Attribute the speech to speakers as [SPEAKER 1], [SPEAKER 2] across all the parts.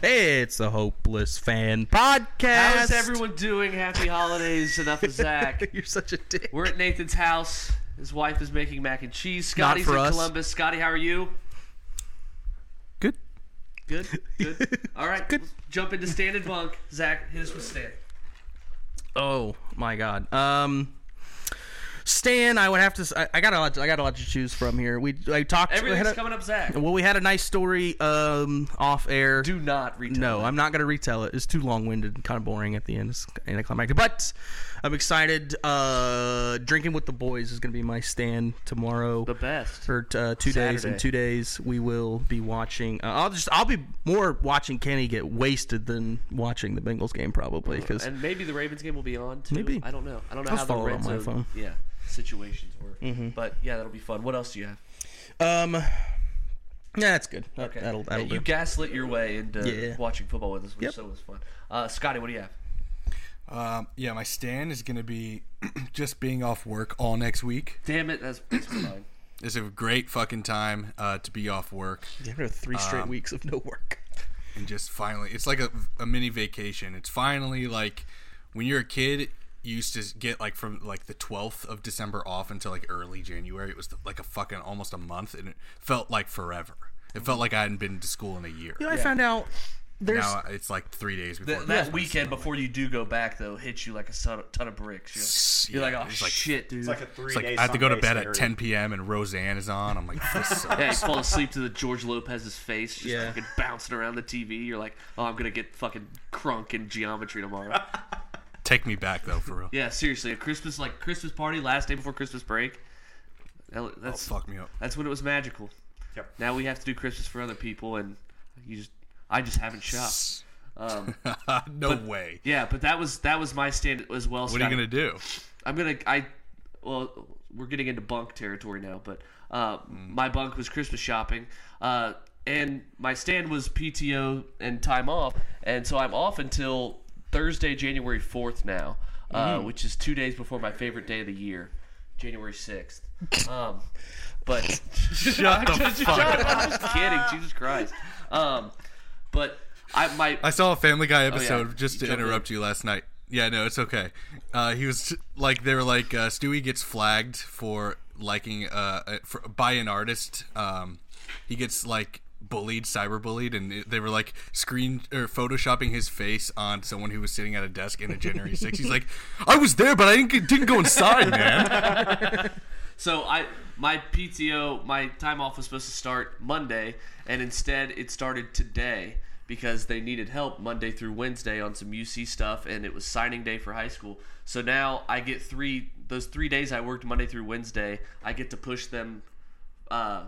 [SPEAKER 1] Hey, it's the Hopeless Fan Podcast.
[SPEAKER 2] How is everyone doing? Happy holidays. Enough of Zach.
[SPEAKER 1] You're such a dick.
[SPEAKER 2] We're at Nathan's house. His wife is making mac and cheese. Scotty's
[SPEAKER 1] for
[SPEAKER 2] in
[SPEAKER 1] us.
[SPEAKER 2] Columbus. Scotty, how are you?
[SPEAKER 1] good.
[SPEAKER 2] Good. Good. All right.
[SPEAKER 1] Good.
[SPEAKER 2] let's Jump into stand and bunk. Zach, hit us with stand.
[SPEAKER 1] Oh my God. Um, Stan, I would have to. s- I, I got a lot. I got a lot to choose from here. We I talked. we had
[SPEAKER 2] Everything's
[SPEAKER 1] a-
[SPEAKER 2] coming up, Zach.
[SPEAKER 1] Well, we had a nice story um off air.
[SPEAKER 2] Do not retell.
[SPEAKER 1] No,
[SPEAKER 2] it.
[SPEAKER 1] I'm not going to retell it. It's too long-winded, and kind of boring at the end. It's anticlimactic. But I'm excited. Uh, drinking with the boys is going to be my stand tomorrow.
[SPEAKER 2] the best.
[SPEAKER 1] for uh, two days. In
[SPEAKER 2] Saturday.
[SPEAKER 1] two days, we will be watching. Uh, I'll just I'll be more watching Kenny get wasted than watching the Bengals game probably because
[SPEAKER 2] And maybe the Ravens game will be on too.
[SPEAKER 1] Maybe.
[SPEAKER 2] I don't know. I don't know
[SPEAKER 1] I'll
[SPEAKER 2] how the
[SPEAKER 1] follow it
[SPEAKER 2] red
[SPEAKER 1] on my
[SPEAKER 2] zone
[SPEAKER 1] phone. Mm-hmm.
[SPEAKER 2] yeah situations work. But yeah, that'll be fun. What else do you have?
[SPEAKER 1] um yeah that's good. That- That'll that'll
[SPEAKER 2] you
[SPEAKER 1] do.
[SPEAKER 2] gaslit your way into
[SPEAKER 1] Yeah.
[SPEAKER 2] watching football with us, which
[SPEAKER 1] Yep.
[SPEAKER 2] so was fun. Uh, Scotty, what do you have?
[SPEAKER 3] Um, yeah, my stand is going to be just being off work all next week.
[SPEAKER 2] Damn it, that's, that's mine.
[SPEAKER 3] It's a great fucking time uh, to be off work
[SPEAKER 1] After three straight weeks of no work.
[SPEAKER 3] and just finally, it's like a, a mini vacation. It's finally like when you're a kid, you used to get like from like the 12th of December off until like early January. It was like a fucking almost a month and it felt like forever. It felt like I hadn't been to school in a year.
[SPEAKER 1] You know, I found out there's
[SPEAKER 3] Now it's like three days before
[SPEAKER 2] That, that
[SPEAKER 3] Christmas.
[SPEAKER 2] weekend before you do go back, though, hits you like a ton of, ton of bricks. You're like,
[SPEAKER 3] Yeah,
[SPEAKER 2] you're like oh
[SPEAKER 3] it's like-
[SPEAKER 2] shit, dude.
[SPEAKER 4] It's like a three
[SPEAKER 3] It's
[SPEAKER 4] day
[SPEAKER 3] like I have to go to
[SPEAKER 4] Sunday
[SPEAKER 3] bed at
[SPEAKER 4] scenario.
[SPEAKER 3] 10 p.m. and Roseanne is on. I'm like, this sucks.
[SPEAKER 2] yeah, you fall asleep to the George Lopez's face, just
[SPEAKER 1] Yeah.
[SPEAKER 2] fucking bouncing around the TV. You're like, oh, I'm gonna get fucking crunk in geometry tomorrow.
[SPEAKER 3] Take me back though, for real.
[SPEAKER 2] yeah, seriously, a Christmas like Christmas party, last day before Christmas break. That- That's
[SPEAKER 3] Oh, Fuck me up.
[SPEAKER 2] that's when it was magical.
[SPEAKER 4] Yep.
[SPEAKER 2] Now we have to do Christmas for other people, and you just, I just haven't shopped.
[SPEAKER 3] no way.
[SPEAKER 2] Yeah, but that was that was my stand as well.
[SPEAKER 3] What are you gonna do?
[SPEAKER 2] I'm gonna I well we're getting into bunk territory now, but uh, my bunk was Christmas shopping, uh, and my stand was PTO and time off, and so I'm off until Thursday, January 4th now, uh, which is two days before my favorite day of the year, January 6th. Um, but
[SPEAKER 3] Shut the fuck up.
[SPEAKER 2] I'm just kidding, Jesus Christ. Um, but I my
[SPEAKER 3] I saw a Family Guy episode just to
[SPEAKER 2] Jump in.
[SPEAKER 3] interrupt Oh, you last night. Yeah, no, it's okay. Uh, he was like, they were like, uh, Stewie gets flagged for liking uh, uh, for, by an artist. Um, he gets like bullied, cyberbullied, and it- they were like screen or photoshopping his face on someone who was sitting at a desk in a January 6. He's like, I was there, but I didn't didn't go inside, man.
[SPEAKER 2] So I my PTO my time off was supposed to start Monday, and instead it started today because they needed help Monday through Wednesday on some UC stuff, and it was signing day for high school. So now I get three those three days I worked Monday through Wednesday. I get to push them uh,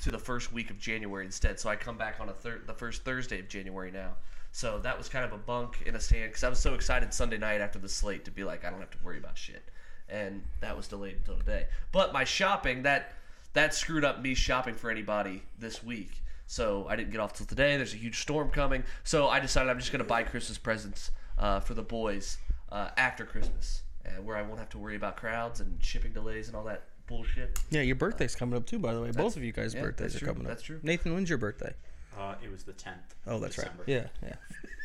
[SPEAKER 2] to the first week of January instead. So I come back on a thir- the first Thursday of January now. So that was kind of a bunk in a stand because I was so excited Sunday night after the slate to be like, I don't have to worry about shit, and that was delayed until today. But my shopping that that screwed up me shopping for anybody this week. So I didn't get off till today. There's a huge storm coming. So I decided I'm just gonna buy Christmas presents uh, for the boys uh, after Christmas, uh, where I won't have to worry about crowds and shipping delays and all that bullshit.
[SPEAKER 1] yeah your birthday's coming up too by the way. Both of you guys'
[SPEAKER 2] yeah,
[SPEAKER 1] birthdays
[SPEAKER 2] that's
[SPEAKER 1] are
[SPEAKER 2] true,
[SPEAKER 1] coming up.
[SPEAKER 2] that's true.
[SPEAKER 1] Nathan, when's your birthday?
[SPEAKER 4] Uh, it was the 10th.
[SPEAKER 1] Oh, that's
[SPEAKER 4] December.
[SPEAKER 1] right. Yeah, yeah.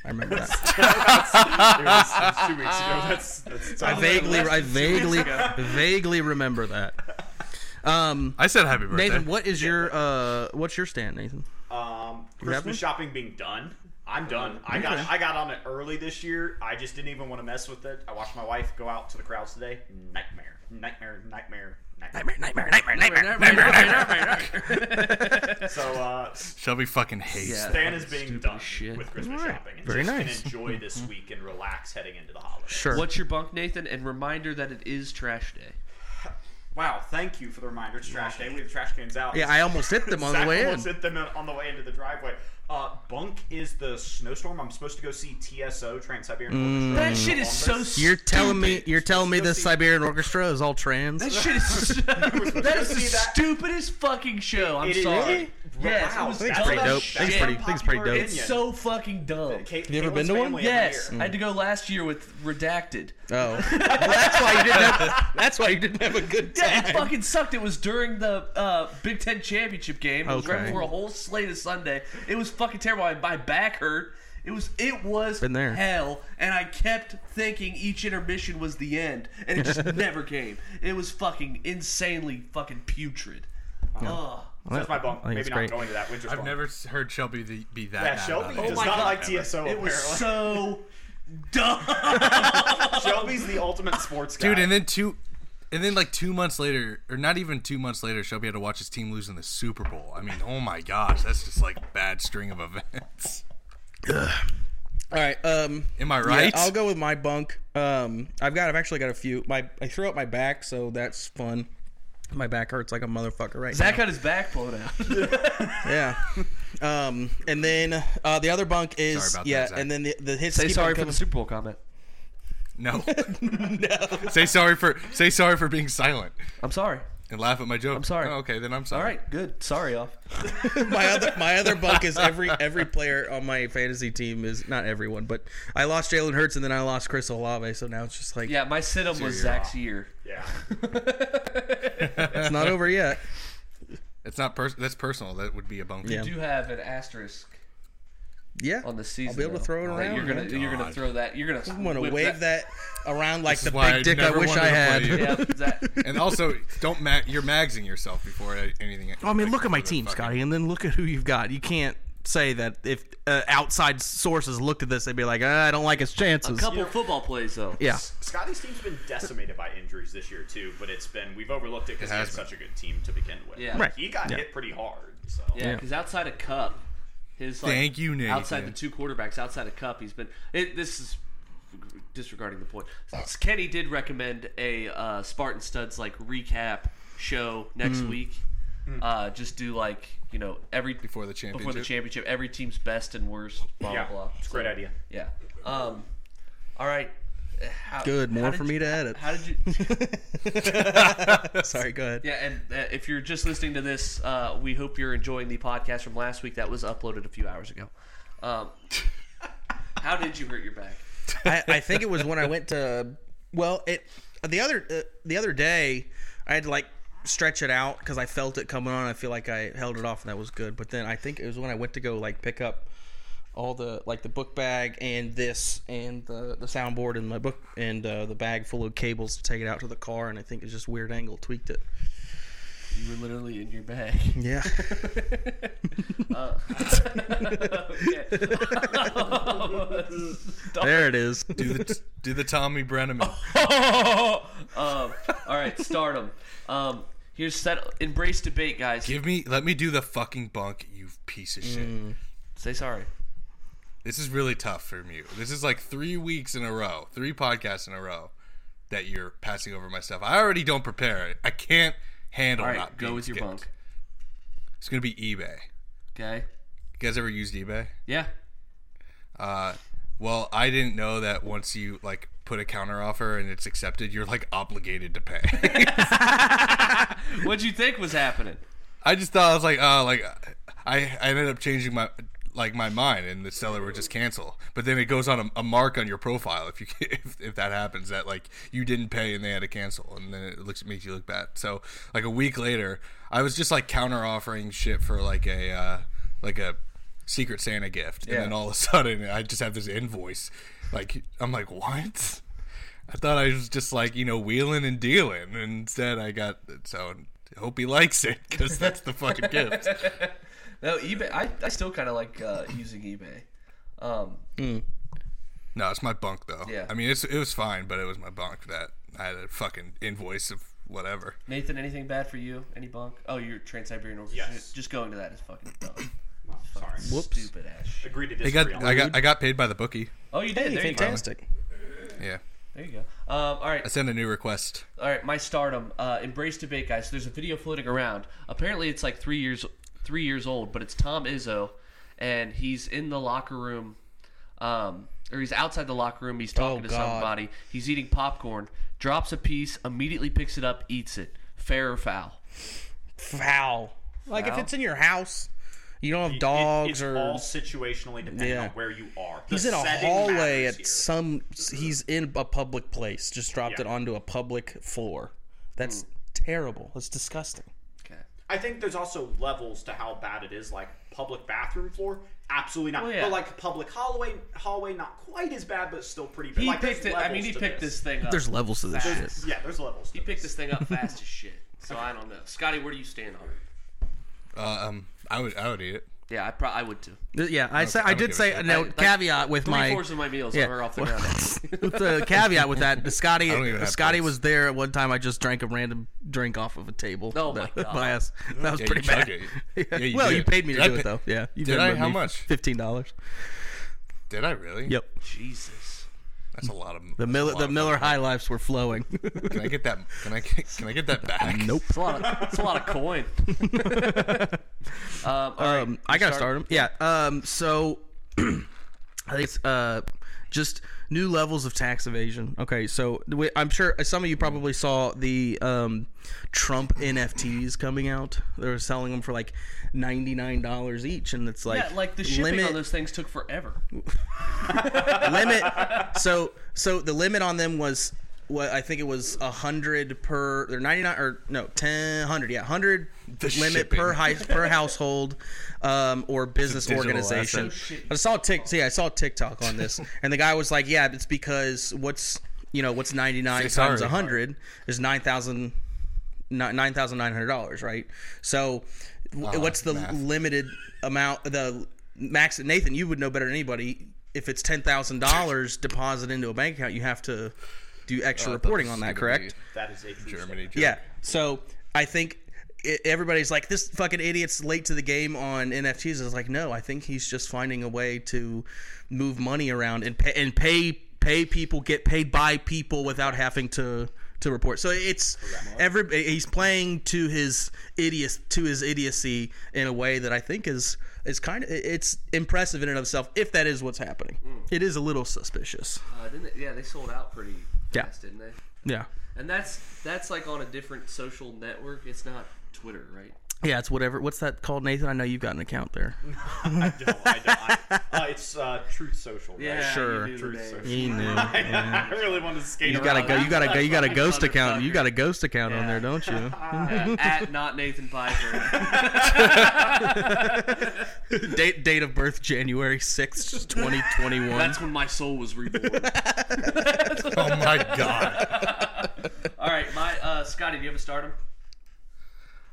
[SPEAKER 1] I remember that.
[SPEAKER 4] It was two weeks ago. That's, that's
[SPEAKER 1] I
[SPEAKER 4] tough.
[SPEAKER 1] vaguely, I vaguely,
[SPEAKER 2] ago.
[SPEAKER 1] vaguely remember that. Um,
[SPEAKER 3] I said happy birthday.
[SPEAKER 1] Nathan, what is your uh what's your stand, Nathan?
[SPEAKER 4] Um,
[SPEAKER 1] Devin?
[SPEAKER 4] Christmas shopping being done. I'm done. I got
[SPEAKER 1] Okay.
[SPEAKER 4] I got on it early this year. I just didn't even want to mess with it. I watched my wife go out to the crowds today. Nightmare. Nightmare. Nightmare. Nightmare.
[SPEAKER 1] nightmare, nightmare,
[SPEAKER 4] So uh,
[SPEAKER 3] Shelby fucking hates.
[SPEAKER 2] Yeah.
[SPEAKER 4] Stan is being done
[SPEAKER 2] shit.
[SPEAKER 4] with Christmas
[SPEAKER 1] Alright.
[SPEAKER 4] shopping. And
[SPEAKER 1] Very
[SPEAKER 4] just
[SPEAKER 1] nice.
[SPEAKER 4] Can enjoy this week and relax heading into the holidays.
[SPEAKER 1] Sure.
[SPEAKER 2] What's your bunk, Nathan? And reminder that it is trash day.
[SPEAKER 4] Wow. Thank you for the reminder. It's trash day. We have trash cans out.
[SPEAKER 1] yeah, I almost hit them on the
[SPEAKER 4] Zach
[SPEAKER 1] way in.
[SPEAKER 4] almost hit them on the way into the driveway. Uh, Bunk is the snowstorm. I'm supposed to go see TSO Trans Siberian
[SPEAKER 1] Mm.
[SPEAKER 4] Orchestra.
[SPEAKER 2] That
[SPEAKER 4] in
[SPEAKER 2] shit is so.
[SPEAKER 4] Columbus.
[SPEAKER 1] You're telling me
[SPEAKER 2] stupid.
[SPEAKER 1] you're telling me this
[SPEAKER 4] Stupid.
[SPEAKER 1] Siberian orchestra is all trans?
[SPEAKER 2] That shit is. that is the
[SPEAKER 4] See that?
[SPEAKER 2] stupidest fucking show. I'm
[SPEAKER 4] It is-
[SPEAKER 2] sorry.
[SPEAKER 4] Really?
[SPEAKER 2] Yes,
[SPEAKER 4] Wow,
[SPEAKER 2] it was
[SPEAKER 4] that's
[SPEAKER 2] dumb
[SPEAKER 1] pretty
[SPEAKER 2] as
[SPEAKER 1] dope.
[SPEAKER 2] shit.
[SPEAKER 1] That's pretty- that's pretty dope.
[SPEAKER 2] It's so fucking dumb.
[SPEAKER 4] Kate,
[SPEAKER 1] You ever
[SPEAKER 4] Caitlin's
[SPEAKER 1] been to one? Mm.
[SPEAKER 4] family every
[SPEAKER 2] Yes,
[SPEAKER 4] year.
[SPEAKER 2] I had to go last year with redacted.
[SPEAKER 1] Oh, well, that's why you didn't. Have, that's why you didn't have a good time.
[SPEAKER 2] Yeah, it fucking sucked. It was during the uh, Big Ten championship game. It was right
[SPEAKER 1] Okay.
[SPEAKER 2] before a whole slate of Sunday. It was fucking terrible. I, my back hurt, It was it was
[SPEAKER 1] Been there.
[SPEAKER 2] hell, and I kept thinking each intermission was the end, and it just never came. It was fucking insanely fucking putrid. Ugh.
[SPEAKER 4] So that's my bunk.
[SPEAKER 1] I think
[SPEAKER 4] Maybe
[SPEAKER 1] it's
[SPEAKER 4] not
[SPEAKER 1] great.
[SPEAKER 4] going to that winter.
[SPEAKER 3] I've
[SPEAKER 4] storm.
[SPEAKER 3] never s- heard Shelby the, be that.
[SPEAKER 4] Yeah,
[SPEAKER 3] mad
[SPEAKER 4] Shelby
[SPEAKER 3] about it.
[SPEAKER 4] does
[SPEAKER 2] Oh my
[SPEAKER 4] not
[SPEAKER 2] God.
[SPEAKER 4] like TSO.
[SPEAKER 2] It was
[SPEAKER 4] apparently.
[SPEAKER 2] so dumb.
[SPEAKER 4] Shelby's the ultimate sports guy.
[SPEAKER 3] dude. And then two, and then like two months later, or not even two months later, Shelby had to watch his team lose in the Super Bowl. I mean, oh my gosh, that's just like bad string of events.
[SPEAKER 1] All right. Um,
[SPEAKER 3] Am I
[SPEAKER 1] yeah,
[SPEAKER 3] right?
[SPEAKER 1] I'll go with my bunk. Um, I've got. I've actually got a few. My I threw out my back, so that's fun. My back hurts like a motherfucker right
[SPEAKER 2] Zach got his back blown out.
[SPEAKER 1] now. Yeah. Um, and then uh, the other bunk is
[SPEAKER 3] Sorry about that,
[SPEAKER 1] yeah.
[SPEAKER 3] Zach.
[SPEAKER 1] and then the the hits.
[SPEAKER 2] Say
[SPEAKER 1] keep
[SPEAKER 2] sorry
[SPEAKER 1] on
[SPEAKER 2] for the
[SPEAKER 1] coming.
[SPEAKER 2] Super Bowl comment.
[SPEAKER 3] No, no. Say sorry for say sorry for being silent
[SPEAKER 2] I'm sorry.
[SPEAKER 3] and laugh at my joke. I'm
[SPEAKER 2] sorry.
[SPEAKER 3] okay, then I'm sorry.
[SPEAKER 2] All right, good. Sorry, off.
[SPEAKER 1] my other my other bunk is every every player on my fantasy team is not everyone, but I lost Jalen Hurts and then I lost Chris Olave, so now it's just like
[SPEAKER 2] Yeah, my sit up was
[SPEAKER 3] you're
[SPEAKER 2] Zach's year.
[SPEAKER 4] yeah,
[SPEAKER 1] it's not over yet.
[SPEAKER 3] It's not pers- that's personal. That would be a bunk.
[SPEAKER 1] Yeah.
[SPEAKER 2] I do have an asterisk
[SPEAKER 1] Yeah,
[SPEAKER 2] on the season.
[SPEAKER 1] I'll be able to
[SPEAKER 2] though.
[SPEAKER 1] throw it
[SPEAKER 2] That
[SPEAKER 1] around.
[SPEAKER 2] You're gonna
[SPEAKER 1] man.
[SPEAKER 2] you're gonna
[SPEAKER 3] God.
[SPEAKER 2] throw that. You're gonna
[SPEAKER 1] Oh I'm gonna
[SPEAKER 2] whip
[SPEAKER 1] wave that, around like
[SPEAKER 3] This
[SPEAKER 1] the
[SPEAKER 3] is why
[SPEAKER 1] big dick I
[SPEAKER 3] never
[SPEAKER 1] wish
[SPEAKER 3] wanted
[SPEAKER 1] I
[SPEAKER 3] to
[SPEAKER 1] had.
[SPEAKER 3] play you.
[SPEAKER 2] Yeah, Zach.
[SPEAKER 3] And also, don't mag. You're magsing yourself before anything.
[SPEAKER 1] Well, Oh, I mean, look at my
[SPEAKER 3] before the
[SPEAKER 1] team,
[SPEAKER 3] fucking-
[SPEAKER 1] Scotty, and then look at who you've got. You can't say that if uh, outside sources looked at this, they'd be like, ah, I don't like his chances.
[SPEAKER 2] Couple football plays though.
[SPEAKER 1] yeah.
[SPEAKER 4] Scotty's team's been decimated by injuries this year too, but it's been we've overlooked it because
[SPEAKER 3] It
[SPEAKER 4] he
[SPEAKER 3] has
[SPEAKER 4] was
[SPEAKER 3] been.
[SPEAKER 4] such a good team to begin with.
[SPEAKER 2] Yeah.
[SPEAKER 1] Right.
[SPEAKER 4] he got
[SPEAKER 1] Yeah.
[SPEAKER 4] hit pretty hard. So
[SPEAKER 2] Yeah, because outside of Cup, his like,
[SPEAKER 3] Thank you, Nathan.
[SPEAKER 2] outside the two quarterbacks, outside of Cup, he's been. It, this is disregarding the point. Kenny did recommend a uh, Spartan Studs like recap show next
[SPEAKER 1] Hmm.
[SPEAKER 2] week.
[SPEAKER 4] Hmm.
[SPEAKER 2] Uh, just do like you know every
[SPEAKER 3] before
[SPEAKER 2] before the
[SPEAKER 3] the championship.
[SPEAKER 2] championship, every team's best and worst. Blah
[SPEAKER 4] Yeah,
[SPEAKER 2] blah blah.
[SPEAKER 4] it's a great
[SPEAKER 2] So,
[SPEAKER 4] idea.
[SPEAKER 2] Yeah. Um. All right. How,
[SPEAKER 1] Good,
[SPEAKER 2] how
[SPEAKER 1] more
[SPEAKER 2] did
[SPEAKER 1] for me
[SPEAKER 2] you-
[SPEAKER 1] to edit.
[SPEAKER 2] How did you?
[SPEAKER 1] Sorry, go ahead.
[SPEAKER 2] Yeah, and uh, if you're just listening to this, uh, we hope you're enjoying the podcast from last week that was uploaded a few hours ago. Um, how did you hurt your back?
[SPEAKER 1] I, I think it was when I went to. Well, it the other uh, the other day I had to like stretch it out because I felt it coming on. I feel like I held it off and that was good. But then I think it was when I went to go like pick up all the like the book bag and this and the the soundboard and my book and uh, the bag full of cables to take it out to the car. And I think it's just weird angle tweaked it.
[SPEAKER 2] You were literally in your bag.
[SPEAKER 1] Yeah.
[SPEAKER 2] Uh, Okay.
[SPEAKER 1] there it is.
[SPEAKER 3] do the do the Tommy Brenneman.
[SPEAKER 2] um, all right, stardom. Um, here's set. Embrace debate, guys.
[SPEAKER 3] Give me, let me do the fucking bunk, you piece of shit.
[SPEAKER 2] Mm. Say sorry.
[SPEAKER 3] This is really tough for me. This is like three weeks in a row, three podcasts in a row that you're passing over my stuff. I already don't prepare. I can't handle
[SPEAKER 2] All right,
[SPEAKER 3] not
[SPEAKER 2] go
[SPEAKER 3] being
[SPEAKER 2] with your
[SPEAKER 3] skipped.
[SPEAKER 2] bunk.
[SPEAKER 3] It's gonna be eBay.
[SPEAKER 2] Okay.
[SPEAKER 3] You guys ever used eBay?
[SPEAKER 2] Yeah.
[SPEAKER 3] Uh, well, I didn't know that once you like put a counter offer and it's accepted, you're like obligated to pay.
[SPEAKER 2] What'd you think was happening?
[SPEAKER 3] I just thought I was like, oh, like I, I ended up changing my like my mind, and the seller would just cancel. But then it goes on a, a mark on your profile if you if, if that happens that like you didn't pay and they had to cancel, and then it looks makes you look bad. So like a week later, I was just like counter offering shit for like a uh, like a secret Santa gift, and then all of a sudden I just have this invoice. Like I'm like what? I thought I was just like you know wheeling and dealing, and instead I got so. Hope he likes it because that's the fucking gift.
[SPEAKER 2] No, eBay. I, I still kind of like uh, using eBay. Um,
[SPEAKER 3] No, it's my bunk though.
[SPEAKER 2] Yeah.
[SPEAKER 3] I mean, it's it was fine, but it was my bunk that I had a fucking invoice of whatever.
[SPEAKER 2] Nathan, anything bad for you? Any bunk? Oh, you're Trans Siberian Orchestra.
[SPEAKER 4] Yes.
[SPEAKER 2] Just going to that is fucking dumb.
[SPEAKER 4] Oh, sorry,
[SPEAKER 1] Whoops.
[SPEAKER 2] Stupid ass. shit.
[SPEAKER 4] agreed to
[SPEAKER 3] I got
[SPEAKER 4] disagree. on
[SPEAKER 3] I
[SPEAKER 4] that.
[SPEAKER 3] got I got paid by the bookie.
[SPEAKER 2] Oh, you did.
[SPEAKER 1] Hey,
[SPEAKER 2] there,
[SPEAKER 1] fantastic.
[SPEAKER 3] Yeah.
[SPEAKER 2] You go. there you go. Um, all
[SPEAKER 3] I
[SPEAKER 2] right,
[SPEAKER 3] sent a new request.
[SPEAKER 2] all right. My stardom. Uh, embrace debate, guys. There's a video floating around. Apparently, it's like three years three years old, but it's Tom Izzo, and he's in the locker room, um, or he's outside the locker room. He's talking
[SPEAKER 1] Oh,
[SPEAKER 2] to
[SPEAKER 1] God.
[SPEAKER 2] somebody. He's eating popcorn. Drops a piece. Immediately picks it up. Eats it. Fair or foul?
[SPEAKER 1] Foul. Like if
[SPEAKER 2] Foul?
[SPEAKER 1] it's in your house, you don't have
[SPEAKER 4] It-
[SPEAKER 1] dogs
[SPEAKER 4] it's
[SPEAKER 1] or
[SPEAKER 4] all situationally depending
[SPEAKER 1] Yeah.
[SPEAKER 4] on where you are. The
[SPEAKER 1] He's in a
[SPEAKER 4] setting
[SPEAKER 1] hallway
[SPEAKER 4] matters
[SPEAKER 1] at
[SPEAKER 4] here.
[SPEAKER 1] some. He's in a public place. Just dropped
[SPEAKER 4] Yeah.
[SPEAKER 2] Hmm.
[SPEAKER 1] it onto a public floor. That's terrible. That's disgusting.
[SPEAKER 2] Okay.
[SPEAKER 4] I think there's also levels to how bad it is. Like public bathroom floor, absolutely not.
[SPEAKER 2] Well, yeah.
[SPEAKER 4] But like public hallway, hallway, not quite as bad, but still pretty bad.
[SPEAKER 2] He
[SPEAKER 4] like, there's
[SPEAKER 2] picked it. I mean,
[SPEAKER 4] levels
[SPEAKER 2] he
[SPEAKER 4] to
[SPEAKER 2] picked this. thing up.
[SPEAKER 1] There's levels to this shit.
[SPEAKER 2] There's-
[SPEAKER 4] Yeah, there's levels.
[SPEAKER 2] he picked this thing up fast as shit. So I don't know. Scotty, where do you stand on it?
[SPEAKER 3] Uh, um, I would I would eat it.
[SPEAKER 2] Yeah, I pro- I would too.
[SPEAKER 1] Th- Yeah, I say
[SPEAKER 3] I
[SPEAKER 1] I
[SPEAKER 3] don't
[SPEAKER 1] did
[SPEAKER 3] give a
[SPEAKER 1] say
[SPEAKER 3] shit.
[SPEAKER 1] no
[SPEAKER 2] I- like,
[SPEAKER 1] caveat with
[SPEAKER 2] Three
[SPEAKER 1] my
[SPEAKER 2] fourths of my meals
[SPEAKER 1] yeah.
[SPEAKER 2] are off the ground.
[SPEAKER 1] with the caveat with that, Scotty
[SPEAKER 3] don't even have
[SPEAKER 1] Scotty
[SPEAKER 3] plates.
[SPEAKER 1] was there at one time. I just drank a random drink off of a table.
[SPEAKER 2] Oh my
[SPEAKER 1] That-
[SPEAKER 2] God.
[SPEAKER 1] by us. That was
[SPEAKER 3] Yeah, you
[SPEAKER 1] pretty
[SPEAKER 3] chugged
[SPEAKER 1] bad.
[SPEAKER 3] it. Yeah, you
[SPEAKER 1] well,
[SPEAKER 3] did.
[SPEAKER 1] you paid me to
[SPEAKER 3] Did I
[SPEAKER 1] do it
[SPEAKER 3] pay-
[SPEAKER 1] though. Yeah, you
[SPEAKER 3] Did I?
[SPEAKER 1] paid
[SPEAKER 3] How
[SPEAKER 1] me
[SPEAKER 3] much?
[SPEAKER 1] Fifteen dollars.
[SPEAKER 3] Did I really?
[SPEAKER 1] Yep.
[SPEAKER 2] Jesus.
[SPEAKER 3] That's a lot of
[SPEAKER 1] The Miller the Miller High Lifes were flowing.
[SPEAKER 3] Can I get that? Can I get, can I get that back?
[SPEAKER 1] nope.
[SPEAKER 2] It's a lot of, it's a lot of coin. um, all right,
[SPEAKER 1] Um,
[SPEAKER 2] you
[SPEAKER 1] I gotta start them. Yeah. Um, so I think it's uh, just new levels of tax evasion. Okay, so we- I'm sure uh, some of you probably saw the um, Trump NFTs coming out. They were selling them for like ninety nine dollars each, and it's like
[SPEAKER 2] Yeah, like the shipping
[SPEAKER 1] limit
[SPEAKER 2] on those things took forever.
[SPEAKER 1] limit. So so the limit on them was what I think it was a hundred per. They're ninety nine or no ten hundred. Yeah, hundred
[SPEAKER 3] The
[SPEAKER 1] limit
[SPEAKER 3] shipping.
[SPEAKER 1] per high, per household um, or business
[SPEAKER 3] digital
[SPEAKER 1] organization.
[SPEAKER 2] asset.
[SPEAKER 1] I saw tick. Yeah, I saw TikTok on this, and the guy was like, "Yeah, it's because what's you know what's ninety nine
[SPEAKER 3] Say
[SPEAKER 1] times
[SPEAKER 3] sorry.
[SPEAKER 1] hundred is nine thousand nine thousand nine hundred dollars, right? So, w
[SPEAKER 3] Ah,
[SPEAKER 1] what's the
[SPEAKER 3] math.
[SPEAKER 1] limited amount? The max, Nathan, you would know better than anybody. If it's ten thousand dollars deposited into a bank account, you have to do extra
[SPEAKER 3] Uh,
[SPEAKER 1] reporting on that, correct?
[SPEAKER 4] That is a true
[SPEAKER 3] Germany. Germany.
[SPEAKER 4] statement.
[SPEAKER 1] Yeah. So I think i everybody's like, this fucking idiot's late to the game on NFTs. It's like, no, I think he's just finding a way to move money around and pay, and pay pay people, get paid by people without having to to report. So it's every he's playing to his idiot to his idiocy in a way that I think is is kind of it's impressive in and of itself if that is what's happening. It is a little suspicious.
[SPEAKER 2] Uh, didn't they, yeah, they sold out pretty
[SPEAKER 1] Yeah.
[SPEAKER 2] fast, didn't they?
[SPEAKER 1] Yeah.
[SPEAKER 2] And that's that's like on a different social network. It's not Twitter, right?
[SPEAKER 1] Yeah, it's whatever. What's that called, Nathan? I know you've got an account there.
[SPEAKER 4] I don't. I don't. I, uh, it's uh, Truth Social. Right?
[SPEAKER 1] Sure.
[SPEAKER 2] you do
[SPEAKER 4] Truth
[SPEAKER 2] the name.
[SPEAKER 4] Social.
[SPEAKER 1] He knew.
[SPEAKER 4] I really wanted to skate
[SPEAKER 1] You
[SPEAKER 4] around.
[SPEAKER 1] gotta go. You gotta go. You got a ghost
[SPEAKER 2] Motherfucker.
[SPEAKER 1] account. You got a ghost account on there, don't you?
[SPEAKER 2] Yeah, at not Nathan Piper.
[SPEAKER 1] date date of birth January sixth, twenty twenty one.
[SPEAKER 2] That's when my soul was reborn.
[SPEAKER 3] Oh my god.
[SPEAKER 2] All right, my uh, Scotty, do you have a stardom?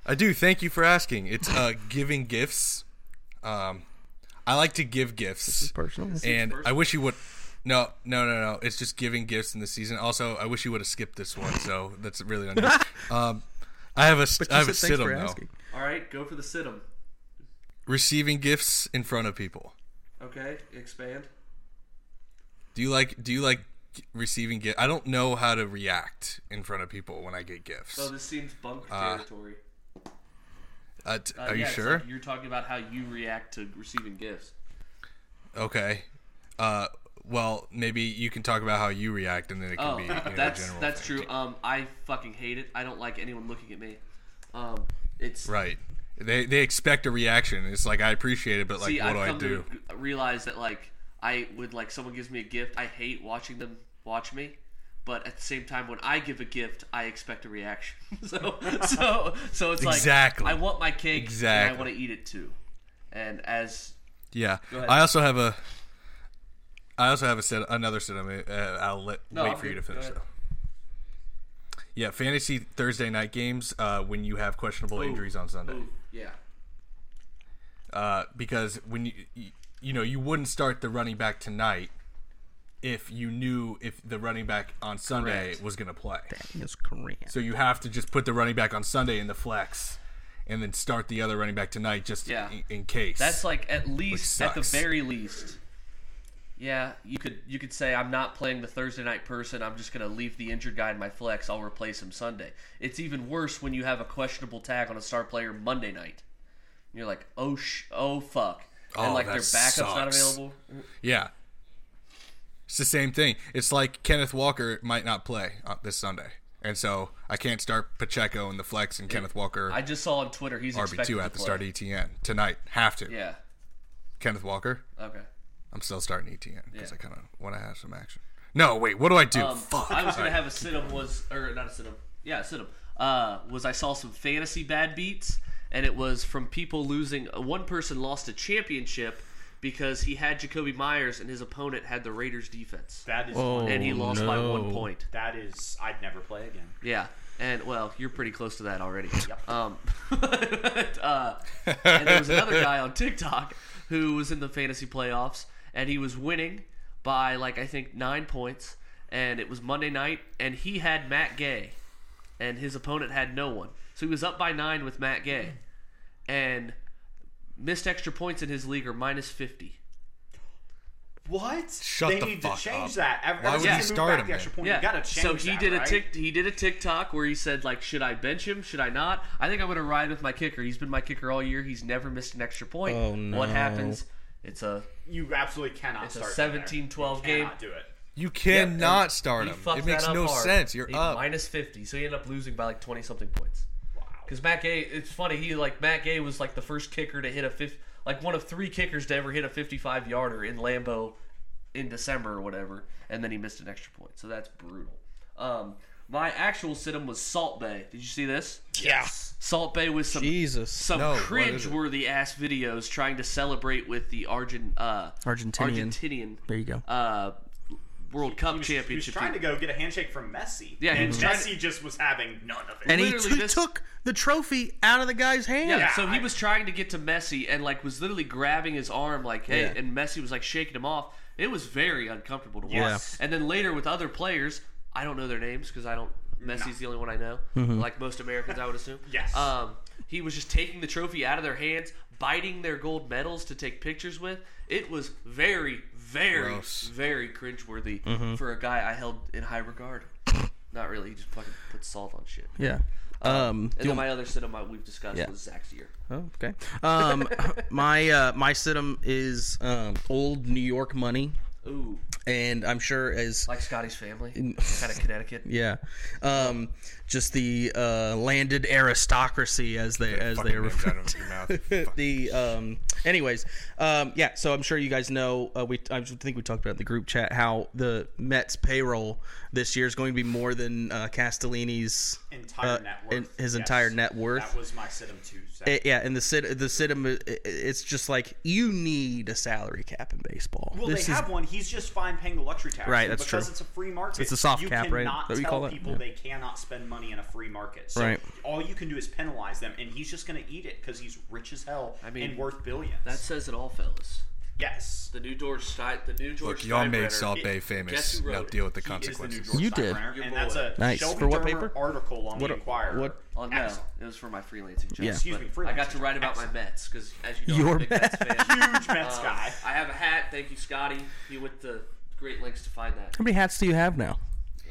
[SPEAKER 3] I do. Thank you for asking. It's uh, giving gifts. Um, I like to give gifts,
[SPEAKER 1] Personal.
[SPEAKER 3] and I wish you would. No, no, no, no. It's just giving gifts in the season. Also, I wish you would have skipped this one. So that's really on you. um, I have a s- I have a sit though.
[SPEAKER 2] All right, go for the situm.
[SPEAKER 3] Receiving gifts in front of people.
[SPEAKER 2] Okay, expand.
[SPEAKER 3] Do you like do you like g- receiving gift? I don't know how to react in front of people when I get gifts.
[SPEAKER 2] Oh, this seems bunk territory.
[SPEAKER 3] Uh, t-
[SPEAKER 2] Uh,
[SPEAKER 3] are
[SPEAKER 2] yeah,
[SPEAKER 3] you
[SPEAKER 2] it's
[SPEAKER 3] sure?
[SPEAKER 2] like you're talking about how you react to receiving gifts.
[SPEAKER 3] Okay. Uh, well, maybe you can talk about how you react, and then it can
[SPEAKER 2] Oh,
[SPEAKER 3] be you know, a
[SPEAKER 2] that's
[SPEAKER 3] general.
[SPEAKER 2] that's
[SPEAKER 3] thing.
[SPEAKER 2] true. Um, I fucking hate it. I don't like anyone looking at me. Um, it's
[SPEAKER 3] Right. They they expect a reaction. It's like I appreciate it, but like,
[SPEAKER 2] See,
[SPEAKER 3] what
[SPEAKER 2] I've
[SPEAKER 3] do I
[SPEAKER 2] come
[SPEAKER 3] do?
[SPEAKER 2] to realize that like I would like someone gives me a gift, I hate watching them watch me. But at the same time, when I give a gift, I expect a reaction. so, so, so it's
[SPEAKER 3] Exactly.
[SPEAKER 2] like I want my cake,
[SPEAKER 3] Exactly.
[SPEAKER 2] and I want to eat it too. And as
[SPEAKER 3] Yeah.
[SPEAKER 2] ahead.
[SPEAKER 3] I also have a. I also have a set another set. of, Uh, I'll let
[SPEAKER 2] No,
[SPEAKER 3] wait
[SPEAKER 2] I'm
[SPEAKER 3] for you
[SPEAKER 2] good.
[SPEAKER 3] to
[SPEAKER 2] Go
[SPEAKER 3] finish
[SPEAKER 2] ahead.
[SPEAKER 3] though. Yeah, fantasy Thursday night games uh, when you have questionable injuries on Sunday.
[SPEAKER 2] Ooh, yeah,
[SPEAKER 3] uh, because when you you know you wouldn't start the running back tonight if you knew if the running back on Sunday
[SPEAKER 2] Correct.
[SPEAKER 3] was going to play.
[SPEAKER 1] Is correct.
[SPEAKER 3] So you have to just put the running back on Sunday in the flex, and then start the other running back tonight just
[SPEAKER 2] Yeah.
[SPEAKER 3] in, in case.
[SPEAKER 2] that's like at least at the
[SPEAKER 3] sucks.
[SPEAKER 2] very least. Yeah, you could you could say I'm not playing the Thursday night person. I'm just gonna leave the injured guy in my flex. I'll replace him Sunday. It's even worse when you have a questionable tag on a star player Monday night. And you're like, oh sh, oh fuck, and
[SPEAKER 3] Oh,
[SPEAKER 2] like
[SPEAKER 3] that
[SPEAKER 2] their backup's not
[SPEAKER 3] sucks.
[SPEAKER 2] available.
[SPEAKER 3] yeah. It's the same thing. It's like Kenneth Walker might not play uh, this Sunday, and so I can't start Pacheco in the flex and Kenneth Walker
[SPEAKER 2] I just saw on Twitter he's
[SPEAKER 3] RB
[SPEAKER 2] expected
[SPEAKER 3] two
[SPEAKER 2] to
[SPEAKER 3] at the
[SPEAKER 2] play.
[SPEAKER 3] start ETN tonight. Have to
[SPEAKER 2] Yeah.
[SPEAKER 3] Kenneth Walker.
[SPEAKER 2] Okay.
[SPEAKER 3] I'm still starting E ETN because
[SPEAKER 2] Yeah.
[SPEAKER 3] I kind of want to have some action. No, wait, what do I do?
[SPEAKER 2] Um,
[SPEAKER 3] Fuck.
[SPEAKER 2] I was
[SPEAKER 3] All
[SPEAKER 2] gonna
[SPEAKER 3] right.
[SPEAKER 2] have a sit-up was or not a sit-up. Yeah, a sit-up. Uh, was I saw some fantasy bad beats and it was from people losing. uh, One person lost a championship because he had Jacoby Myers and his opponent had the Raiders defense,
[SPEAKER 4] That is
[SPEAKER 1] Oh.
[SPEAKER 4] funny.
[SPEAKER 2] and he lost by
[SPEAKER 1] no.
[SPEAKER 2] one point.
[SPEAKER 4] That is. I'd never play again.
[SPEAKER 2] Yeah, and well, you're pretty close to that already. Um, but, uh, and there was another guy on TikTok who was in the fantasy playoffs, and he was winning by like I think nine points, and it was Monday night, and he had Matt Gay, and his opponent had no one, so he was up by nine with Matt Gay, and missed extra points in his league are minus fifty.
[SPEAKER 4] What?
[SPEAKER 3] Shut
[SPEAKER 4] they
[SPEAKER 3] the
[SPEAKER 4] need
[SPEAKER 3] fuck
[SPEAKER 4] to change
[SPEAKER 3] up.
[SPEAKER 4] that. Ever,
[SPEAKER 3] Why
[SPEAKER 4] ever
[SPEAKER 3] would
[SPEAKER 4] since
[SPEAKER 2] you
[SPEAKER 4] they moved
[SPEAKER 3] start
[SPEAKER 4] back
[SPEAKER 3] him
[SPEAKER 4] the
[SPEAKER 3] then?
[SPEAKER 4] extra point,
[SPEAKER 2] Yeah.
[SPEAKER 4] You gotta change
[SPEAKER 2] so he
[SPEAKER 4] that,
[SPEAKER 2] did
[SPEAKER 4] right?
[SPEAKER 2] a tick. He did a TikTok where he said like, "Should I bench him? Should I not? I think I'm going to ride with my kicker. He's been my kicker all year. He's never missed an extra point.
[SPEAKER 1] Oh, no.
[SPEAKER 2] What happens? It's a
[SPEAKER 4] You absolutely cannot
[SPEAKER 2] it's a
[SPEAKER 4] start. him
[SPEAKER 2] 17-12
[SPEAKER 4] there.
[SPEAKER 2] game.
[SPEAKER 4] Cannot do it.
[SPEAKER 3] You
[SPEAKER 2] and
[SPEAKER 3] cannot start
[SPEAKER 2] he
[SPEAKER 3] him.
[SPEAKER 2] fucked
[SPEAKER 3] It makes
[SPEAKER 2] that up
[SPEAKER 3] no
[SPEAKER 2] hard.
[SPEAKER 3] sense. You're
[SPEAKER 2] He-
[SPEAKER 3] up.
[SPEAKER 2] minus 50, so he ended up losing by like 20 something points.
[SPEAKER 4] Wow.
[SPEAKER 2] Because Matt Gay, it's funny. He like Matt Gay was like the first kicker to hit a fifth, like one of three kickers to ever hit a 55 yarder in Lambeau in December or whatever, and then he missed an extra point. So that's brutal. Um, my actual sit-em was Salt Bay. Did you see this?
[SPEAKER 1] Yeah.
[SPEAKER 2] Salt Bay with some
[SPEAKER 1] Jesus.
[SPEAKER 2] some
[SPEAKER 3] No, what is it?
[SPEAKER 2] cringe-worthy ass videos trying to celebrate with the Argent uh,
[SPEAKER 1] Argentinian.
[SPEAKER 2] Argentinian
[SPEAKER 1] There you go.
[SPEAKER 2] uh, World Cup
[SPEAKER 4] He was
[SPEAKER 2] championship.
[SPEAKER 4] trying to
[SPEAKER 2] team.
[SPEAKER 4] go get a handshake from Messi.
[SPEAKER 2] Yeah, he
[SPEAKER 4] and
[SPEAKER 2] was trying
[SPEAKER 4] Messi just was having none of it.
[SPEAKER 1] and he
[SPEAKER 2] literally
[SPEAKER 1] t-
[SPEAKER 2] this-
[SPEAKER 1] took the trophy out of the guy's hand.
[SPEAKER 2] yeah,
[SPEAKER 4] Yeah,
[SPEAKER 2] so he
[SPEAKER 4] I-
[SPEAKER 2] was trying to get to Messi and like was literally grabbing his arm like hey
[SPEAKER 1] Yeah.
[SPEAKER 2] and Messi was like shaking him off. It was very uncomfortable to watch.
[SPEAKER 4] Yes.
[SPEAKER 2] And then later with other players, I don't know their names because I don't Messi's the only one I know. Like most Americans I would assume.
[SPEAKER 4] Yes.
[SPEAKER 2] Um he was just taking the trophy out of their hands, biting their gold medals to take pictures with. It was very very
[SPEAKER 3] Gross.
[SPEAKER 2] very cringeworthy for a guy I held in high regard. Not really. He just fucking put salt on shit.
[SPEAKER 1] Yeah. Um. do
[SPEAKER 2] And
[SPEAKER 1] you
[SPEAKER 2] then
[SPEAKER 1] want-
[SPEAKER 2] my other cinema we've discussed
[SPEAKER 1] Yeah.
[SPEAKER 2] was Zach's year.
[SPEAKER 1] oh, okay. Um. my uh my situm is um old New York money,
[SPEAKER 2] Ooh.
[SPEAKER 1] and I'm sure as
[SPEAKER 2] like Scotty's family, kind of Connecticut.
[SPEAKER 1] yeah, um, just the uh, landed aristocracy as they as
[SPEAKER 3] Fucking
[SPEAKER 1] they
[SPEAKER 3] names
[SPEAKER 1] refer
[SPEAKER 3] out of your mouth. Fuck.
[SPEAKER 1] the um anyways um yeah so i'm sure you guys know uh, we i think we talked about it in the group chat how the mets payroll this year is going to be more than uh, castellini's
[SPEAKER 4] entire
[SPEAKER 1] uh,
[SPEAKER 4] net worth.
[SPEAKER 1] in- his
[SPEAKER 4] yes.
[SPEAKER 1] entire net worth
[SPEAKER 4] That was my sit-em too. Zach.
[SPEAKER 1] It- yeah and the sit the sit it's just like you need a salary cap in baseball
[SPEAKER 4] well,
[SPEAKER 1] this
[SPEAKER 4] they
[SPEAKER 1] is
[SPEAKER 4] have one. He's just fine paying the luxury tax.
[SPEAKER 1] Right,
[SPEAKER 4] And
[SPEAKER 1] that's
[SPEAKER 4] because
[SPEAKER 1] true.
[SPEAKER 4] it's a free market.
[SPEAKER 1] It's a soft
[SPEAKER 4] you
[SPEAKER 1] cap, right?
[SPEAKER 4] cannot
[SPEAKER 1] That we
[SPEAKER 4] tell
[SPEAKER 1] call it?
[SPEAKER 4] people
[SPEAKER 1] Yeah.
[SPEAKER 4] they cannot spend money in a free market. So
[SPEAKER 1] Right.
[SPEAKER 4] all you can do is penalize them, and he's just going to eat it because he's rich as hell
[SPEAKER 2] I mean,
[SPEAKER 4] and worth billions.
[SPEAKER 2] That says it all, fellas.
[SPEAKER 4] yes.
[SPEAKER 2] The new George Stein, the new George.
[SPEAKER 3] Look, y'all made
[SPEAKER 2] Steinbrenner-
[SPEAKER 3] Salt Bay
[SPEAKER 2] Guess
[SPEAKER 3] famous.
[SPEAKER 2] who wrote
[SPEAKER 3] Now
[SPEAKER 2] it?
[SPEAKER 3] deal with the
[SPEAKER 4] He is the new
[SPEAKER 3] consequences.
[SPEAKER 4] George
[SPEAKER 1] You did.
[SPEAKER 4] Steinbrenner,
[SPEAKER 2] Your
[SPEAKER 4] and that's a
[SPEAKER 2] boy.
[SPEAKER 1] Nice.
[SPEAKER 4] Shelby
[SPEAKER 1] For what
[SPEAKER 4] Durmer
[SPEAKER 1] paper?
[SPEAKER 4] article on
[SPEAKER 1] What-
[SPEAKER 4] the Inquirer.
[SPEAKER 1] what-
[SPEAKER 2] Oh no,
[SPEAKER 4] Excellent.
[SPEAKER 2] it was for my freelancing job.
[SPEAKER 1] Yeah.
[SPEAKER 4] Excuse
[SPEAKER 2] but
[SPEAKER 4] me, freelancing
[SPEAKER 2] I got to write about
[SPEAKER 4] Excellent.
[SPEAKER 2] my Mets because, as you know, I'm
[SPEAKER 1] Your
[SPEAKER 2] a big Mets fan.
[SPEAKER 4] Huge Mets
[SPEAKER 2] Um,
[SPEAKER 4] guy.
[SPEAKER 2] I have a hat. Thank you, Scotty. He went to great lengths to find that.
[SPEAKER 1] how many hats do you have now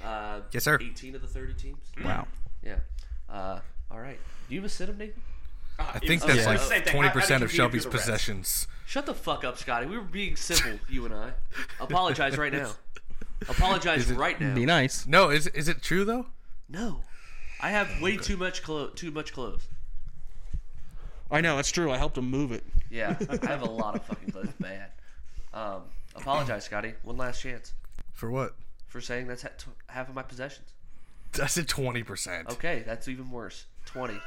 [SPEAKER 2] Uh,
[SPEAKER 3] Yes, sir.
[SPEAKER 2] 18 of the 30 teams.
[SPEAKER 1] wow
[SPEAKER 2] Yeah. Uh, all right. Do you have a sit him, Nathan?
[SPEAKER 4] Ah,
[SPEAKER 3] I
[SPEAKER 4] it
[SPEAKER 3] think
[SPEAKER 4] was-
[SPEAKER 3] that's
[SPEAKER 4] it
[SPEAKER 3] like
[SPEAKER 4] was the same thing. How-
[SPEAKER 3] twenty
[SPEAKER 4] how
[SPEAKER 3] percent
[SPEAKER 4] did
[SPEAKER 3] of
[SPEAKER 4] you do
[SPEAKER 3] Shelby's
[SPEAKER 4] the rest?
[SPEAKER 3] possessions.
[SPEAKER 2] Shut the fuck up, Scotty. We were being civil, you and I. Apologize right now. Apologize right now.
[SPEAKER 1] be nice
[SPEAKER 3] No, is is it true though?
[SPEAKER 2] No, I have way too much clothes. Too much clothes.
[SPEAKER 1] i know that's true i helped him move it
[SPEAKER 2] Yeah, I have a lot of fucking clothes. Bad. Um, apologize, Scotty. One last chance
[SPEAKER 3] For what?
[SPEAKER 2] for saying that's ha- t- half of my possessions.
[SPEAKER 3] I said twenty percent.
[SPEAKER 2] Okay, that's even worse. Twenty.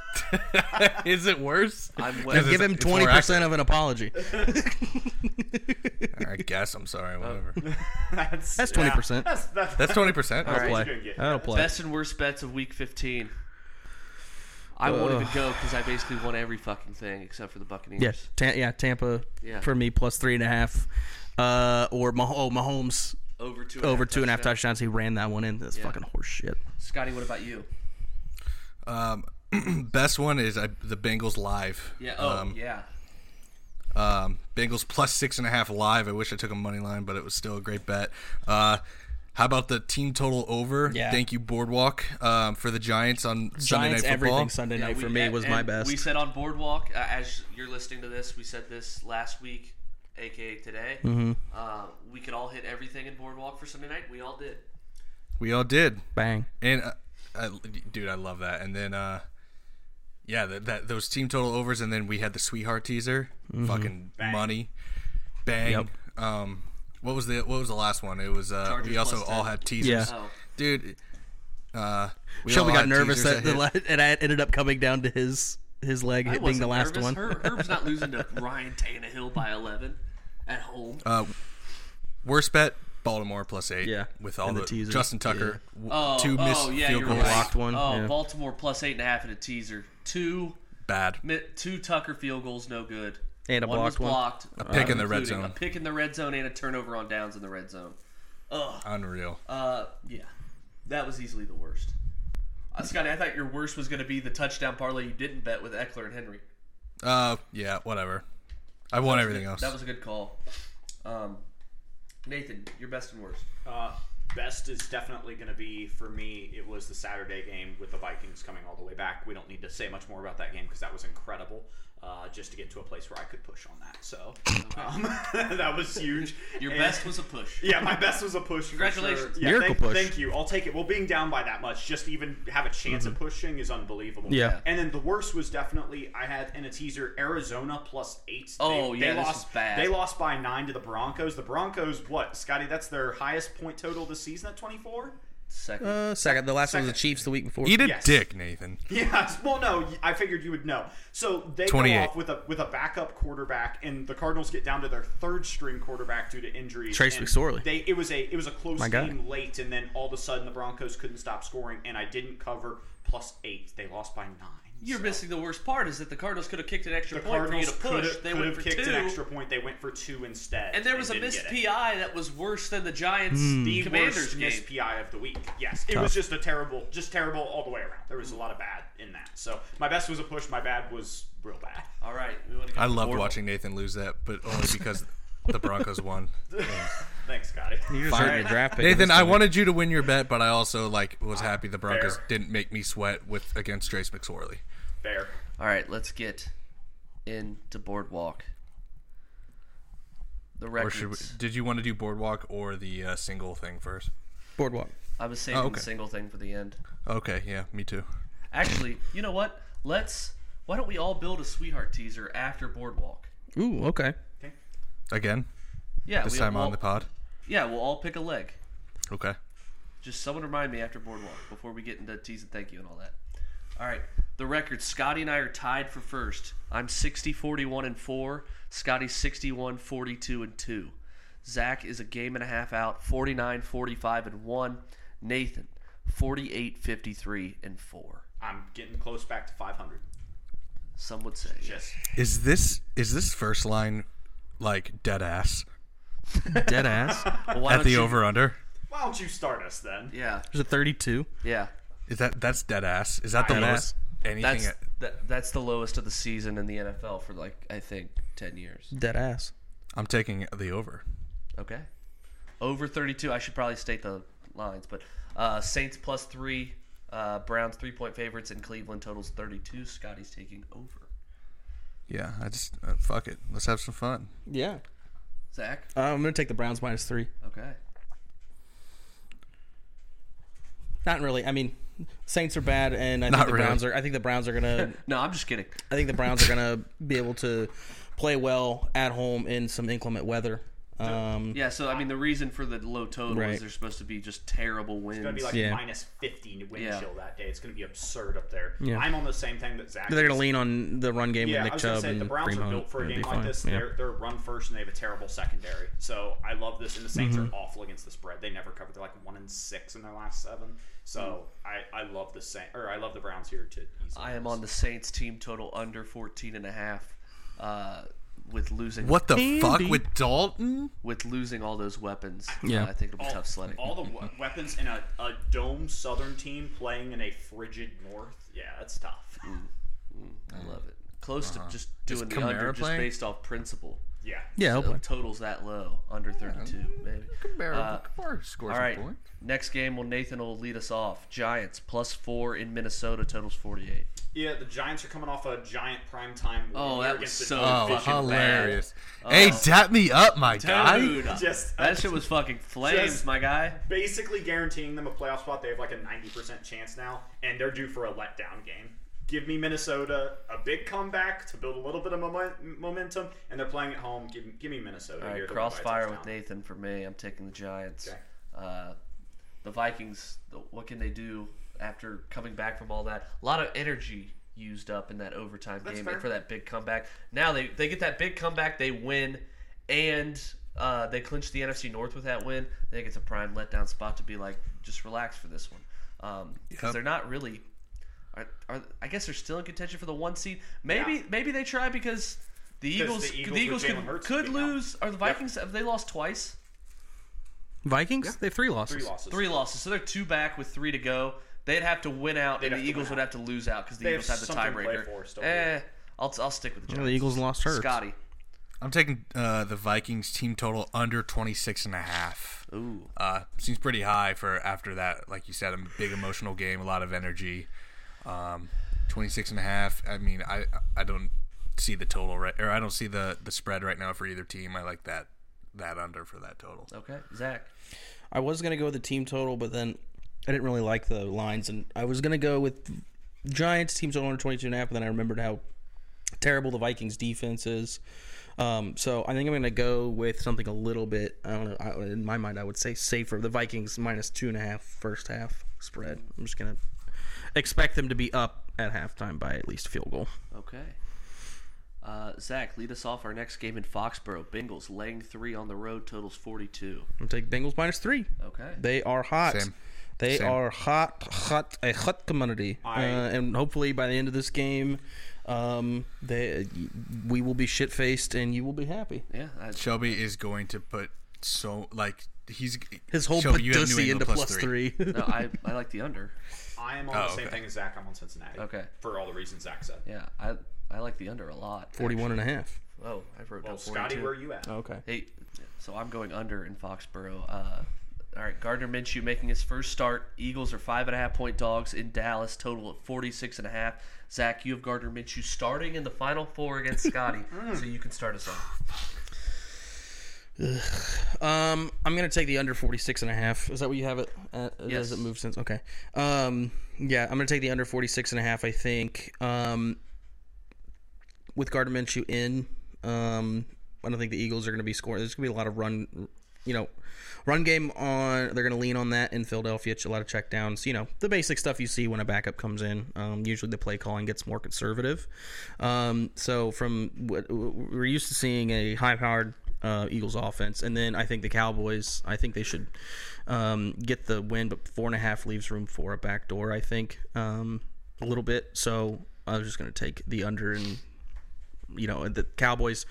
[SPEAKER 3] is it worse?
[SPEAKER 2] I'm
[SPEAKER 3] Because
[SPEAKER 2] well-
[SPEAKER 3] it's-
[SPEAKER 1] give him
[SPEAKER 3] it's more
[SPEAKER 1] 20% of an apology
[SPEAKER 3] accurate. I guess I'm
[SPEAKER 4] Oh.
[SPEAKER 3] sorry. Whatever.
[SPEAKER 4] That's
[SPEAKER 1] That's
[SPEAKER 4] yeah.
[SPEAKER 1] 20%.
[SPEAKER 4] That's that's.
[SPEAKER 3] That's twenty percent.
[SPEAKER 2] right.
[SPEAKER 4] He's
[SPEAKER 1] play
[SPEAKER 4] gonna get-
[SPEAKER 1] that'll play
[SPEAKER 2] Best and worst bets of week fifteen. I won't even go because I basically won every fucking thing except for the Buccaneers.
[SPEAKER 1] Yes, Ta- yeah, Tampa
[SPEAKER 2] Yeah.
[SPEAKER 1] for me plus three and a half, uh, or Mah- oh, Mahomes
[SPEAKER 2] Over two.
[SPEAKER 1] over two and a half
[SPEAKER 2] touchdowns.
[SPEAKER 1] touchdowns. He ran that one in. That's fucking horse shit.
[SPEAKER 2] Scotty, what about you?
[SPEAKER 3] Um, best one is I, the Bengals live.
[SPEAKER 2] Yeah. Oh,
[SPEAKER 3] um,
[SPEAKER 2] yeah.
[SPEAKER 3] Um, Bengals plus six and a half live. I wish I took a money line, but it was still a great bet. Uh, how about the team total over?
[SPEAKER 1] Yeah.
[SPEAKER 3] Thank you, Boardwalk, um, for the Giants on Sunday
[SPEAKER 1] Giants
[SPEAKER 3] Night Football.
[SPEAKER 1] everything Sunday night
[SPEAKER 2] Yeah,
[SPEAKER 1] for
[SPEAKER 2] we-
[SPEAKER 1] me
[SPEAKER 2] and-
[SPEAKER 1] was my
[SPEAKER 2] and
[SPEAKER 1] best.
[SPEAKER 2] We said on Boardwalk, uh, as you're listening to this, we said this last week, aka today.
[SPEAKER 1] Mm-hmm.
[SPEAKER 2] Uh, we could all hit everything in Boardwalk for Sunday night. We all did.
[SPEAKER 3] We all did,
[SPEAKER 1] Bang.
[SPEAKER 3] and uh, I, dude, I love that. And then, uh, yeah, that, that those team total overs, and then we had the sweetheart teaser,
[SPEAKER 1] Mm-hmm.
[SPEAKER 3] fucking money, bang. Um, what was the what was the last one? It was uh,
[SPEAKER 2] Chargers
[SPEAKER 3] we also
[SPEAKER 2] plus
[SPEAKER 3] all
[SPEAKER 2] 10.
[SPEAKER 3] had teasers,
[SPEAKER 1] Yeah.
[SPEAKER 2] Oh,
[SPEAKER 3] dude. Uh, we
[SPEAKER 1] Shelby
[SPEAKER 3] all
[SPEAKER 1] got
[SPEAKER 3] had
[SPEAKER 1] nervous
[SPEAKER 3] teasers
[SPEAKER 1] at the
[SPEAKER 3] hit.
[SPEAKER 1] la- and I ended up coming down to his his leg
[SPEAKER 2] I
[SPEAKER 1] hit being
[SPEAKER 2] wasn't
[SPEAKER 1] the last
[SPEAKER 2] nervous.
[SPEAKER 1] one.
[SPEAKER 2] Her, Herb's not losing to Ryan Tannehill by 11 at home.
[SPEAKER 3] Uh, worst bet: Baltimore plus eight.
[SPEAKER 1] Yeah,
[SPEAKER 3] with all
[SPEAKER 1] and the
[SPEAKER 3] the,
[SPEAKER 1] teaser.
[SPEAKER 3] Justin Tucker w-
[SPEAKER 2] Oh,
[SPEAKER 3] two missed
[SPEAKER 2] oh, yeah,
[SPEAKER 3] field
[SPEAKER 2] you're
[SPEAKER 3] goals.
[SPEAKER 2] right.
[SPEAKER 1] Blocked one,
[SPEAKER 2] Oh,
[SPEAKER 1] yeah.
[SPEAKER 2] Baltimore plus eight and a half in a teaser. Two,
[SPEAKER 3] Bad.
[SPEAKER 2] mi- two Tucker field goals, no good.
[SPEAKER 1] And a
[SPEAKER 2] one was
[SPEAKER 1] blocked one.
[SPEAKER 2] blocked. uh,
[SPEAKER 3] A pick in the red
[SPEAKER 2] including
[SPEAKER 3] zone.
[SPEAKER 2] A pick in the red zone and a turnover on downs in the red zone.
[SPEAKER 3] Unreal.
[SPEAKER 2] Uh, yeah, that was easily the worst. Uh, Scotty, I thought your worst was going to be the touchdown parlay you didn't bet with Eckler and Henry.
[SPEAKER 3] Uh, yeah, whatever. I won everything else.
[SPEAKER 2] That was a good call. Um, Nathan, your best and worst.
[SPEAKER 4] Uh, best is definitely going to be for me. It was the Saturday game with the Vikings coming all the way back. We don't need to say much more about that game because that was incredible. Uh, just to get to a place where I could push on that, so um, that was huge.
[SPEAKER 2] Your
[SPEAKER 4] And-
[SPEAKER 2] best was a push.
[SPEAKER 4] Yeah, my best was a push. for
[SPEAKER 2] Congratulations.
[SPEAKER 4] sure. Yeah,
[SPEAKER 1] Miracle
[SPEAKER 4] thank,
[SPEAKER 1] push.
[SPEAKER 4] Thank you. I'll take it. Well, being down by that much, just to even have a chance of pushing is unbelievable.
[SPEAKER 1] Mm-hmm. Yeah.
[SPEAKER 4] And then the worst was definitely I had in a teaser Arizona plus eight.
[SPEAKER 2] Oh, yeah, this
[SPEAKER 4] lost
[SPEAKER 2] is bad.
[SPEAKER 4] They lost by nine to the Broncos. The Broncos, what, Scotty? That's their highest point total this season at twenty four.
[SPEAKER 2] Second.
[SPEAKER 1] Uh, second, the last one was the
[SPEAKER 4] Second.
[SPEAKER 1] Chiefs the week before.
[SPEAKER 3] Eat a
[SPEAKER 4] Yes.
[SPEAKER 3] dick, Nathan.
[SPEAKER 4] Yes. Well, no, I figured you would know. So they go
[SPEAKER 3] 28.
[SPEAKER 4] off with a with a backup quarterback, and the Cardinals get down to their third string quarterback due to injuries.
[SPEAKER 1] Trace
[SPEAKER 4] and
[SPEAKER 1] McSorley.
[SPEAKER 4] They it was a it was a close
[SPEAKER 1] My guy.
[SPEAKER 4] game late, and then all of a sudden the Broncos couldn't stop scoring, and I didn't cover plus eight. They lost by nine.
[SPEAKER 2] You're
[SPEAKER 4] So
[SPEAKER 2] missing the worst part is that the Cardinals could have kicked an extra
[SPEAKER 4] The
[SPEAKER 2] point for
[SPEAKER 4] Cardinals
[SPEAKER 2] you to
[SPEAKER 4] could
[SPEAKER 2] push.
[SPEAKER 4] have,
[SPEAKER 2] they
[SPEAKER 4] could
[SPEAKER 2] went
[SPEAKER 4] have
[SPEAKER 2] for
[SPEAKER 4] kicked
[SPEAKER 2] two,
[SPEAKER 4] an extra point. They went for two instead,
[SPEAKER 2] and there was a
[SPEAKER 4] didn't
[SPEAKER 2] missed
[SPEAKER 4] get it. Hmm.
[SPEAKER 2] PI that was worse than the Giants
[SPEAKER 4] The
[SPEAKER 2] Commanders
[SPEAKER 4] worst
[SPEAKER 2] game.
[SPEAKER 4] missed PI of the week. Yes, it was just a terrible, just terrible all the way around. There was a lot of bad in that. So my best was a push. My bad was real bad.
[SPEAKER 2] All right, we want to. Go
[SPEAKER 3] I loved
[SPEAKER 2] Horrible.
[SPEAKER 3] watching Nathan lose that, but only because the Broncos won.
[SPEAKER 4] Thanks, Scotty.
[SPEAKER 1] You're just
[SPEAKER 3] Fire.
[SPEAKER 1] hurting your draft pick.
[SPEAKER 3] Nathan, I wanted you to win your bet, but I also like was happy the Broncos
[SPEAKER 4] Fair.
[SPEAKER 3] didn't make me sweat with against Trace McSorley.
[SPEAKER 4] Fair.
[SPEAKER 2] All right, let's get into Boardwalk. The
[SPEAKER 3] Or should we,
[SPEAKER 2] records.
[SPEAKER 3] did you want to do boardwalk or the uh, single thing first?
[SPEAKER 1] boardwalk.
[SPEAKER 2] I was saving
[SPEAKER 3] Oh, okay.
[SPEAKER 2] the single thing for the end.
[SPEAKER 3] Okay, yeah, me too.
[SPEAKER 2] Actually, you know what? Let's. Why don't we all build a sweetheart teaser after Boardwalk?
[SPEAKER 1] Ooh, okay.
[SPEAKER 3] Again,
[SPEAKER 2] Yeah,
[SPEAKER 3] this
[SPEAKER 2] we,
[SPEAKER 3] time
[SPEAKER 2] we'll,
[SPEAKER 3] on the pod.
[SPEAKER 2] Yeah, we'll all pick a leg.
[SPEAKER 3] Okay,
[SPEAKER 2] Just someone remind me after Boardwalk before we get into tease and thank you and all that. All right, the record. Scotty and I are tied for first. I'm 60 41 and 4. Scotty's 61 42 and 2. Zach is a game and a half out, 49 45 and 1. Nathan, 48 53 and 4.
[SPEAKER 4] I'm getting close back to 500.
[SPEAKER 2] Some would say.
[SPEAKER 4] Just
[SPEAKER 3] is this is this first line like dead ass
[SPEAKER 1] Dead ass.
[SPEAKER 2] Well, why
[SPEAKER 3] at
[SPEAKER 2] don't
[SPEAKER 3] the
[SPEAKER 2] you-
[SPEAKER 3] over under?
[SPEAKER 4] why don't you start us then?
[SPEAKER 2] Yeah,
[SPEAKER 1] There's a 32.
[SPEAKER 2] yeah.
[SPEAKER 3] Is that that's dead ass? Is that the
[SPEAKER 4] I-
[SPEAKER 3] lowest anything?
[SPEAKER 2] That's
[SPEAKER 3] at-
[SPEAKER 2] that, that's the lowest of the season in the NFL for like I think ten years.
[SPEAKER 1] Dead ass.
[SPEAKER 3] I'm taking the over.
[SPEAKER 2] Okay, over thirty-two. I should probably state the lines, but uh, Saints plus three, uh, Browns three-point favorites, and Cleveland totals thirty-two. Scotty's taking over.
[SPEAKER 3] Yeah, I just uh, fuck it. Let's have some fun.
[SPEAKER 1] Yeah.
[SPEAKER 2] Zach.
[SPEAKER 1] Uh, I'm gonna take the Browns minus three.
[SPEAKER 2] Okay.
[SPEAKER 1] Not really. I mean, Saints are bad, and I think
[SPEAKER 3] Not
[SPEAKER 1] the
[SPEAKER 3] really.
[SPEAKER 1] Browns are. I think the Browns are gonna.
[SPEAKER 2] No, I'm just kidding.
[SPEAKER 1] I think the Browns are gonna be able to play well at home in some inclement weather. Um,
[SPEAKER 2] Yeah, so I mean, the reason for the low total
[SPEAKER 1] Right.
[SPEAKER 2] is they're supposed to be just terrible wins.
[SPEAKER 4] It's gonna be like
[SPEAKER 1] Yeah.
[SPEAKER 4] minus 50 wind
[SPEAKER 2] Yeah.
[SPEAKER 4] chill that day. It's gonna be absurd up there.
[SPEAKER 1] Yeah.
[SPEAKER 4] I'm on the same thing that Zach.
[SPEAKER 1] They're
[SPEAKER 4] is.
[SPEAKER 1] gonna lean on the run game
[SPEAKER 4] Yeah,
[SPEAKER 1] with
[SPEAKER 4] I
[SPEAKER 1] Nick
[SPEAKER 4] was gonna
[SPEAKER 1] Chubb
[SPEAKER 4] say
[SPEAKER 1] and
[SPEAKER 4] the Browns
[SPEAKER 1] Kareem
[SPEAKER 4] are built
[SPEAKER 1] Hunt.
[SPEAKER 4] for a
[SPEAKER 1] It'll
[SPEAKER 4] game
[SPEAKER 1] be
[SPEAKER 4] like
[SPEAKER 1] fine.
[SPEAKER 4] this.
[SPEAKER 1] Yeah.
[SPEAKER 4] They're they're run first and they have a terrible secondary. So I love this. And the Saints
[SPEAKER 1] Mm-hmm.
[SPEAKER 4] are awful against the spread. They never cover. They're like one and six in their last seven. So
[SPEAKER 1] Mm.
[SPEAKER 4] I, I love the Saint or I love the Browns here too.
[SPEAKER 2] I am on the Saints team total under 14 and a half, uh, with losing
[SPEAKER 3] What the fuck
[SPEAKER 1] Andy.
[SPEAKER 3] with Dalton?
[SPEAKER 2] with losing all those weapons.
[SPEAKER 1] Yeah.
[SPEAKER 2] uh, I think it'll be
[SPEAKER 4] all,
[SPEAKER 2] tough sledding.
[SPEAKER 4] all the we- weapons in a, a dome southern team playing in a frigid north. Yeah, that's tough.
[SPEAKER 2] Mm. I love it. Close to just
[SPEAKER 3] Uh-huh. Is
[SPEAKER 2] doing the
[SPEAKER 3] Kamara
[SPEAKER 2] under just
[SPEAKER 3] playing?
[SPEAKER 2] based off principle.
[SPEAKER 4] Yeah.
[SPEAKER 1] Yeah, he'll
[SPEAKER 2] So
[SPEAKER 1] play.
[SPEAKER 2] totals that low, under 32, maybe. Uh,
[SPEAKER 3] scores
[SPEAKER 2] all right. Next game, well, Nathan will lead us off. Giants plus four in Minnesota, totals 48.
[SPEAKER 4] Yeah, the Giants are coming off a giant primetime win
[SPEAKER 2] Oh,
[SPEAKER 4] here
[SPEAKER 2] that
[SPEAKER 4] against
[SPEAKER 2] was
[SPEAKER 4] the
[SPEAKER 2] so
[SPEAKER 3] Oh,
[SPEAKER 2] fucking
[SPEAKER 3] hilarious! Hey, tap me up, my guy.
[SPEAKER 2] Uh, Dude,
[SPEAKER 4] Just-
[SPEAKER 2] that shit was fucking flames,
[SPEAKER 4] Just-
[SPEAKER 2] my guy.
[SPEAKER 4] basically guaranteeing them a playoff spot. They have like a 90% chance now, and they're due for a letdown game. Give me Minnesota a big comeback to build a little bit of momen- momentum, and they're playing at home. Give, give me Minnesota.
[SPEAKER 2] All right,
[SPEAKER 4] here to win by a
[SPEAKER 2] crossfire with
[SPEAKER 4] touchdown.
[SPEAKER 2] Nathan for me. I'm taking the Giants.
[SPEAKER 4] Okay.
[SPEAKER 2] Uh, the Vikings, the, what can they do after coming back from all that? A lot of energy used up in that overtime
[SPEAKER 4] That's
[SPEAKER 2] game
[SPEAKER 4] fair.
[SPEAKER 2] and for that big comeback. Now they they get that big comeback, they win, and uh, they clinch the NFC North with that win. I think it's a prime letdown spot to be like, just relax for this one, because
[SPEAKER 3] Yep.
[SPEAKER 2] they're not really. Are, are, I guess they're still in contention for the one seed. Maybe maybe they try because the Eagles
[SPEAKER 4] the
[SPEAKER 2] the Eagles,
[SPEAKER 4] Eagles with
[SPEAKER 2] could,
[SPEAKER 4] Jalen Hurts
[SPEAKER 2] could
[SPEAKER 4] being out.
[SPEAKER 2] lose. Are the Vikings have they lost twice?
[SPEAKER 1] Vikings? They have three losses.
[SPEAKER 4] Three losses.
[SPEAKER 2] Three losses, so they're two back with three to go. They'd have to win out,
[SPEAKER 4] They'd
[SPEAKER 2] and
[SPEAKER 4] have
[SPEAKER 2] the
[SPEAKER 4] to
[SPEAKER 2] Eagles
[SPEAKER 4] win
[SPEAKER 2] would have to lose out because the
[SPEAKER 4] They have
[SPEAKER 2] Eagles have the
[SPEAKER 4] something to play for
[SPEAKER 2] tiebreaker.
[SPEAKER 4] still.
[SPEAKER 2] Eh, I'll, I'll stick with the Giants.
[SPEAKER 1] the Eagles lost Hurts.
[SPEAKER 2] Scotty.
[SPEAKER 3] I'm taking uh, the Vikings team total under 26 and a half.
[SPEAKER 2] Ooh.
[SPEAKER 3] Uh, seems pretty high for after that, like you said, a big emotional game, a lot of energy. Um, 26 and a half. I mean, I I don't see the total right, or I don't see the the spread right now for either team. I like that that under for that total.
[SPEAKER 2] Okay, Zach.
[SPEAKER 1] I was gonna go with the team total, but then I didn't really like the lines, and I was gonna go with Giants team total under 22 and a half, but then I remembered how terrible the Vikings defense is. Um, so I think I'm gonna go with something a little bit. I don't know. I, in my mind, I would say safer. The Vikings minus two and a half first half spread. I'm just gonna expect them to be up at halftime by at least a field goal.
[SPEAKER 2] Okay. Uh, Zach, lead us off our next game in Foxborough. Bengals laying three on the road, totals 42.
[SPEAKER 1] I'm gonna take Bengals minus three.
[SPEAKER 2] Okay.
[SPEAKER 1] They are hot.
[SPEAKER 3] Same.
[SPEAKER 1] They
[SPEAKER 3] Same.
[SPEAKER 1] are hot, hot, a hot commodity.
[SPEAKER 4] I-
[SPEAKER 1] uh, and hopefully by the end of this game, um, they we will be shit faced and you will be happy.
[SPEAKER 2] Yeah, I,
[SPEAKER 3] Shelby is going to put so like he's
[SPEAKER 1] His whole
[SPEAKER 3] Shelby, you have New
[SPEAKER 1] pussy
[SPEAKER 3] England
[SPEAKER 1] into plus, plus three.
[SPEAKER 2] no, I, I like the under.
[SPEAKER 4] I am on
[SPEAKER 3] Oh,
[SPEAKER 4] the same
[SPEAKER 3] okay.
[SPEAKER 4] thing as Zach. I'm on Cincinnati.
[SPEAKER 2] Okay.
[SPEAKER 4] For all the reasons Zach said.
[SPEAKER 2] Yeah, I I like the under a lot.
[SPEAKER 1] 41 and a half.
[SPEAKER 2] Oh, I wrote
[SPEAKER 4] Well,
[SPEAKER 2] down 42.
[SPEAKER 4] Scotty, where are you
[SPEAKER 2] Oh,
[SPEAKER 4] at?
[SPEAKER 1] Okay.
[SPEAKER 2] Hey, so I'm going under in Foxborough. Uh, all right, Gardner Minshew making his first start. Eagles are five and a half point dogs in Dallas, total at 46 and a half. Zach, you have Gardner Minshew starting in the final four against Scotty,
[SPEAKER 1] Mm.
[SPEAKER 2] so you can start us off.
[SPEAKER 1] Um, I'm gonna take the under 46 and a half. Is that what you have it? At,
[SPEAKER 2] Yes.
[SPEAKER 1] Does it move since? Okay. Um, yeah, I'm gonna take the under 46 and a half. I think. Um, with Gardner Minshew in, um, I don't think the Eagles are gonna be scoring. There's gonna be a lot of run, you know, run game on. They're gonna lean on that in Philadelphia. It's A lot of checkdowns. You know, the basic stuff you see when a backup comes in. Um, usually the play calling gets more conservative. Um, so from what we're used to seeing a high-powered uh, Eagles offense, and then I think the Cowboys. I think they should um, get the win, but four and a half leaves room for a backdoor. I think um, a little bit. So I was just going to take the under, and you know the Cowboys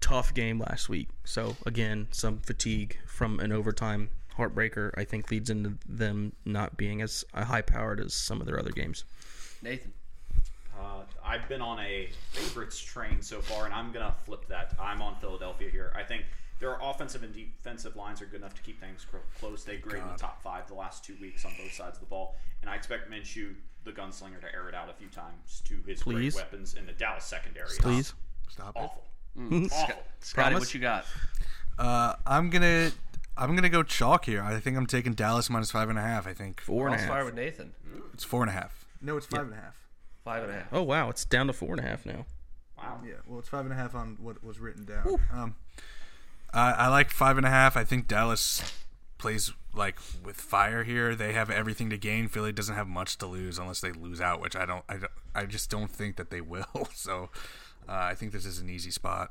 [SPEAKER 1] tough game last week. So again, some fatigue from an overtime heartbreaker. I think leads into them not being as high powered as some of their other games.
[SPEAKER 2] Nathan.
[SPEAKER 4] Uh, I've been on a favorites train so far, and I'm gonna flip that. I'm on Philadelphia here. I think their offensive and defensive lines are good enough to keep things cro- close. They grade in the top five the last two weeks on both sides of the ball, and I expect Minshew, the gunslinger, to air it out a few times to his
[SPEAKER 1] Please?
[SPEAKER 4] great weapons in the Dallas secondary.
[SPEAKER 1] Please.
[SPEAKER 3] Stop it.
[SPEAKER 4] awful, awful.
[SPEAKER 2] Scotty,
[SPEAKER 1] Promise?
[SPEAKER 2] what you got?
[SPEAKER 3] Uh, I'm gonna I'm gonna go chalk here. I think I'm taking Dallas minus five and a half. I think
[SPEAKER 1] Four and a
[SPEAKER 2] I'll
[SPEAKER 1] half.
[SPEAKER 2] fire with Nathan.
[SPEAKER 3] it's four and a half. No, it's five and a half.
[SPEAKER 2] Five and a half.
[SPEAKER 1] Oh wow, it's down to four and a half now.
[SPEAKER 4] Wow.
[SPEAKER 5] Yeah, well, it's five and a half on what was written down. Um,
[SPEAKER 3] I, I like five and a half. I think Dallas plays like with fire here. They have everything to gain. Philly doesn't have much to lose unless they lose out, which I don't. I don't, I just don't think that they will. So uh, I think this is an easy spot.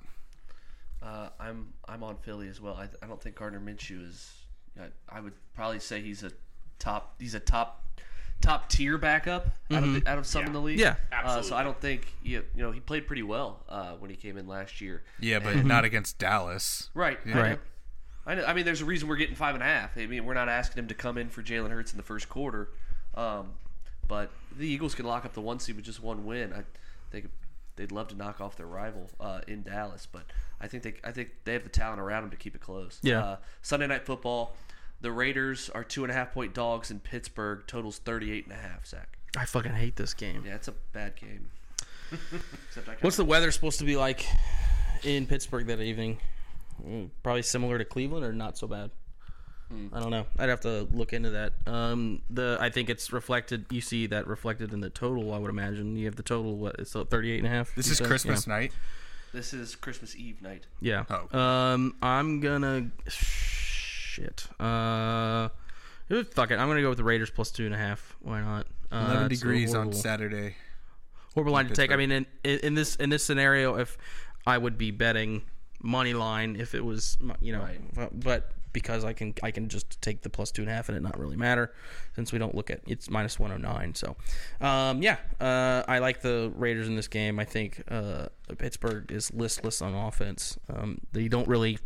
[SPEAKER 2] Uh, I'm I'm on Philly as well. I, I don't think Gardner Minshew is. I, I would probably say he's a top. He's a top top tier backup out of the, out of some in the league.
[SPEAKER 1] Yeah,
[SPEAKER 2] Uh, so
[SPEAKER 4] absolutely.
[SPEAKER 2] I don't think he, you know he played pretty well uh, when he came in last year.
[SPEAKER 3] Yeah, but not against Dallas.
[SPEAKER 2] Right. I
[SPEAKER 1] Right.
[SPEAKER 2] know. I, know. I mean, there's a reason we're getting five and a half. I mean, we're not asking him to come in for Jalen Hurts in the first quarter. Um, but the Eagles can lock up the one seed with just one win. I think they'd love to knock off their rival uh, in Dallas, but I think they I think they have the talent around them to keep it close.
[SPEAKER 1] Yeah.
[SPEAKER 2] Uh, Sunday night football. The Raiders are two and a half point dogs in Pittsburgh. Totals 38 and a half, Zach.
[SPEAKER 1] I fucking hate this game.
[SPEAKER 2] Yeah, it's a bad game. Except I kinda-
[SPEAKER 1] What's the weather supposed to be like in Pittsburgh that evening? Mm, Probably similar to Cleveland or not so bad.
[SPEAKER 3] Hmm.
[SPEAKER 1] I don't know. I'd have to look into that. Um, the I think it's reflected. You see that reflected in the total. I would imagine you have the total. What it's uh, 38 and a half.
[SPEAKER 3] This
[SPEAKER 1] you
[SPEAKER 3] is
[SPEAKER 1] said?
[SPEAKER 3] Christmas
[SPEAKER 1] Yeah.
[SPEAKER 3] night.
[SPEAKER 2] This is Christmas Eve night.
[SPEAKER 1] Yeah.
[SPEAKER 3] Oh, okay.
[SPEAKER 1] Um, I'm gonna shit. Uh, fuck it. I'm gonna go with the Raiders plus two and a half. Why not? Uh,
[SPEAKER 3] Eleven
[SPEAKER 1] it's a
[SPEAKER 3] degrees on
[SPEAKER 1] horrible-
[SPEAKER 3] Saturday.
[SPEAKER 1] horrible line to take. I
[SPEAKER 3] Pittsburgh.
[SPEAKER 1] mean, in, in in this in this scenario, if I would be betting money line, if it was my- you know, but- but because I can I can just take the plus two and a half and it not really matter since we don't look at it's minus one hundred nine. So, um, yeah, uh, I like the Raiders in this game. I think uh, Pittsburgh is listless on offense. Um, they don't really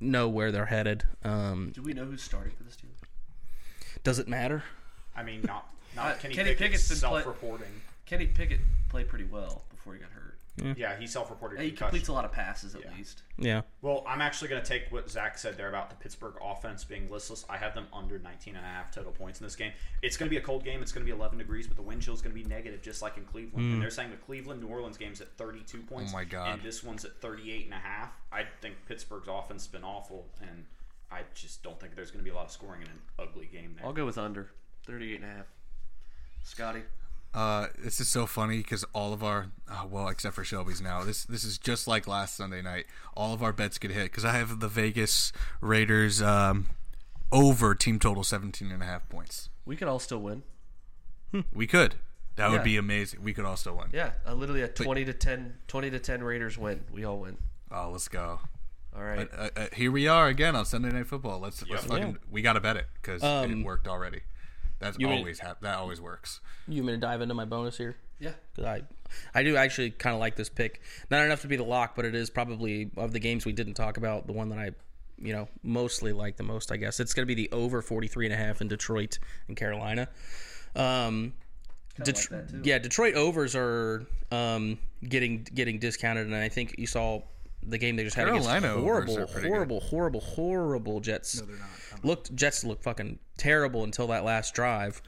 [SPEAKER 1] know where they're headed. Um,
[SPEAKER 2] Do we know who's starting for this team?
[SPEAKER 1] does it matter?
[SPEAKER 4] I mean, not not
[SPEAKER 2] Uh,
[SPEAKER 4] Kenny,
[SPEAKER 2] Kenny
[SPEAKER 4] Pickett's
[SPEAKER 2] Pickett's been play-
[SPEAKER 4] self-reporting.
[SPEAKER 2] Kenny Pickett played pretty well before he got hurt.
[SPEAKER 4] Yeah, he self-reported.
[SPEAKER 2] Yeah, he
[SPEAKER 4] concussion.
[SPEAKER 2] completes a lot of passes at
[SPEAKER 4] Yeah.
[SPEAKER 2] least.
[SPEAKER 1] Yeah.
[SPEAKER 4] Well, I'm actually going to take what Zach said there about the Pittsburgh offense being listless. I have them under 19 and a half total points in this game. It's going to be a cold game. It's going to be 11 degrees, but the wind chill is going to be negative, just like in Cleveland. And they're saying the Cleveland New Orleans game's at 32 points.
[SPEAKER 3] Hmm. Oh my God.
[SPEAKER 4] And this one's at 38 and a half. I think Pittsburgh's offense has been awful, and I just don't think there's going to be a lot of scoring in an ugly game there.
[SPEAKER 2] I'll go with under 38 and a half. Scotty.
[SPEAKER 3] Uh, this is so funny because all of our oh, well, except for Shelby's now. This this is just like last Sunday night. All of our bets get hit because I have the Vegas Raiders um, over team total 17 and a half points.
[SPEAKER 2] We could all still win.
[SPEAKER 3] We could. That
[SPEAKER 2] Yeah.
[SPEAKER 3] would be amazing. We could also win.
[SPEAKER 2] Yeah, uh, literally a 20 to 10 20 to 10 Raiders win. We all win.
[SPEAKER 3] Oh, let's go.
[SPEAKER 2] All right.
[SPEAKER 3] Uh, uh, here we are again on Sunday Night Football. Let's let's
[SPEAKER 4] Yeah.
[SPEAKER 3] fucking we gotta bet it because
[SPEAKER 1] Um,
[SPEAKER 3] it worked already. That's
[SPEAKER 1] mean-
[SPEAKER 3] always hap that always works.
[SPEAKER 1] You want me to dive into my bonus here?
[SPEAKER 2] yeah.
[SPEAKER 1] because I, I do actually kind of like this pick. Not enough to be the lock, but it is probably of the games we didn't talk about the one that I, you know, mostly like the most. I guess it's going to be the over 43 and a half in Detroit and Carolina. Um, Det-
[SPEAKER 2] that too.
[SPEAKER 1] yeah, Detroit overs are um, getting getting discounted, and I think you saw the game they just had
[SPEAKER 3] Carolina
[SPEAKER 1] against
[SPEAKER 3] overs
[SPEAKER 1] horrible,
[SPEAKER 3] are pretty good.
[SPEAKER 1] horrible, horrible, horrible Jets. Looked Jets looked fucking terrible until that last drive,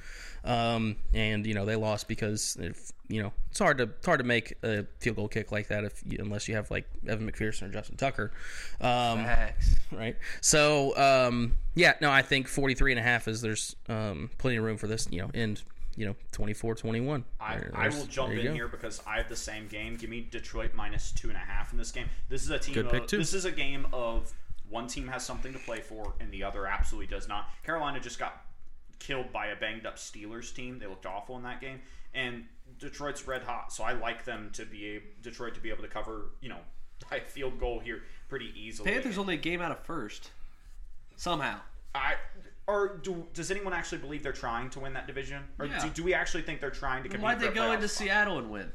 [SPEAKER 1] um, and you know they lost because if, you know it's hard to it's hard to make a field goal kick like that if you, unless you have like Evan McPherson or Justin Tucker. Um,
[SPEAKER 2] Facts.
[SPEAKER 1] right? So, um, yeah, no, I think 43 and a half is there's um, plenty of room for this, you know, end, you know, 24 21.
[SPEAKER 4] I, I will jump in here because I have the same game. Give me Detroit minus two and a half in this game. This is a team.
[SPEAKER 1] Good
[SPEAKER 4] of,
[SPEAKER 1] pick, too.
[SPEAKER 4] This is a game of one team has something to play for and the other absolutely does not. Carolina just got killed by a banged up Steelers team. They looked awful in that game, and Detroit's red hot. So I like them to be a, Detroit to be able to cover. You know, a field goal here pretty easily.
[SPEAKER 2] Panthers only a game out of first. Somehow.
[SPEAKER 4] I or do, does anyone actually believe they're trying to win that division? Or
[SPEAKER 2] Yeah.
[SPEAKER 4] do, do we actually think they're trying to compete?
[SPEAKER 2] Why'd
[SPEAKER 4] for
[SPEAKER 2] they
[SPEAKER 4] a
[SPEAKER 2] go
[SPEAKER 4] playoff
[SPEAKER 2] into
[SPEAKER 4] spot?
[SPEAKER 2] Seattle and win?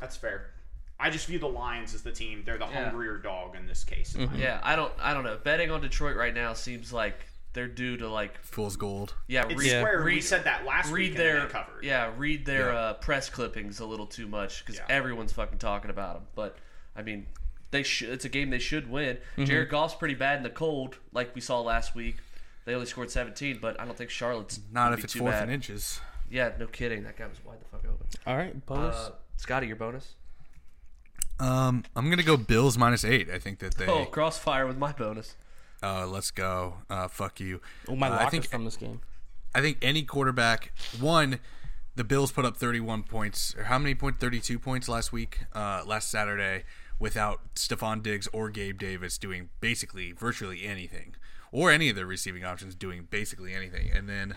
[SPEAKER 4] That's fair. I just view the Lions as the team. They're the
[SPEAKER 2] Yeah.
[SPEAKER 4] hungrier dog in this case. in my opinion.
[SPEAKER 2] Yeah, I don't I don't know. Betting on Detroit right now seems like they're due to like
[SPEAKER 3] Fool's gold.
[SPEAKER 2] yeah,
[SPEAKER 4] It's
[SPEAKER 2] read,
[SPEAKER 4] square. we
[SPEAKER 2] read-
[SPEAKER 4] said that last
[SPEAKER 2] read
[SPEAKER 4] week
[SPEAKER 2] their
[SPEAKER 4] and they covered.
[SPEAKER 2] yeah, read their uh, press clippings a little too much because
[SPEAKER 4] Yeah.
[SPEAKER 2] everyone's fucking talking about them. But I mean, they should. It's a game they should win. Jared Goff's pretty bad in the cold, like we saw last week. They only scored 17, but I don't think Charlotte's
[SPEAKER 3] Not
[SPEAKER 2] gonna
[SPEAKER 3] if
[SPEAKER 2] be
[SPEAKER 3] it's
[SPEAKER 2] too
[SPEAKER 3] fourth
[SPEAKER 2] bad.
[SPEAKER 3] and inches.
[SPEAKER 2] Yeah, no kidding. That guy was wide the fuck open.
[SPEAKER 1] All right, bonus.
[SPEAKER 2] Uh, Scotty, your bonus.
[SPEAKER 3] Um, I'm gonna go Bills minus eight. I think that they.
[SPEAKER 2] Oh, crossfire with my bonus.
[SPEAKER 3] Uh, let's go. Uh, fuck you.
[SPEAKER 1] oh, my
[SPEAKER 3] Uh,
[SPEAKER 1] lock
[SPEAKER 3] I think
[SPEAKER 1] is from this game.
[SPEAKER 3] I think any quarterback one. The Bills put up 31 points, or how many points? 32 points last week, uh, last Saturday, without Stephon Diggs or Gabe Davis doing basically virtually anything, or any of their receiving options doing basically anything. And then,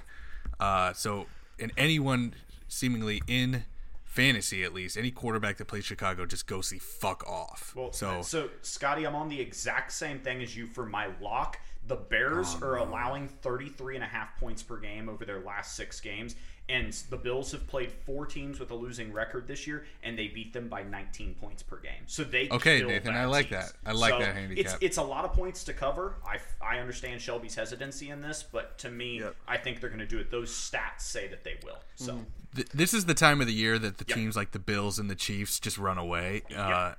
[SPEAKER 3] uh, so, and anyone seemingly in fantasy, at least, any quarterback that plays Chicago just goes the fuck off.
[SPEAKER 4] Well,
[SPEAKER 3] so,
[SPEAKER 4] so, Scotty, I'm on the exact same thing as you for my lock. The Bears
[SPEAKER 3] Oh,
[SPEAKER 4] are allowing 33 and a half points per game over their last six games, and the Bills have played four teams with a losing record this year, and they beat them by 19 points per game. So they
[SPEAKER 3] Okay,
[SPEAKER 4] killed
[SPEAKER 3] Nathan,
[SPEAKER 4] bad
[SPEAKER 3] I like
[SPEAKER 4] teams.
[SPEAKER 3] that. I like
[SPEAKER 4] So
[SPEAKER 3] that handicap.
[SPEAKER 4] It's it's a lot of points to cover. I, I understand Shelby's hesitancy in this, but to me,
[SPEAKER 5] Yep.
[SPEAKER 4] I think they're going to do it. Those stats say that they will. So.
[SPEAKER 3] th- this is the time of the year that the teams like the Bills and the Chiefs just run away, uh,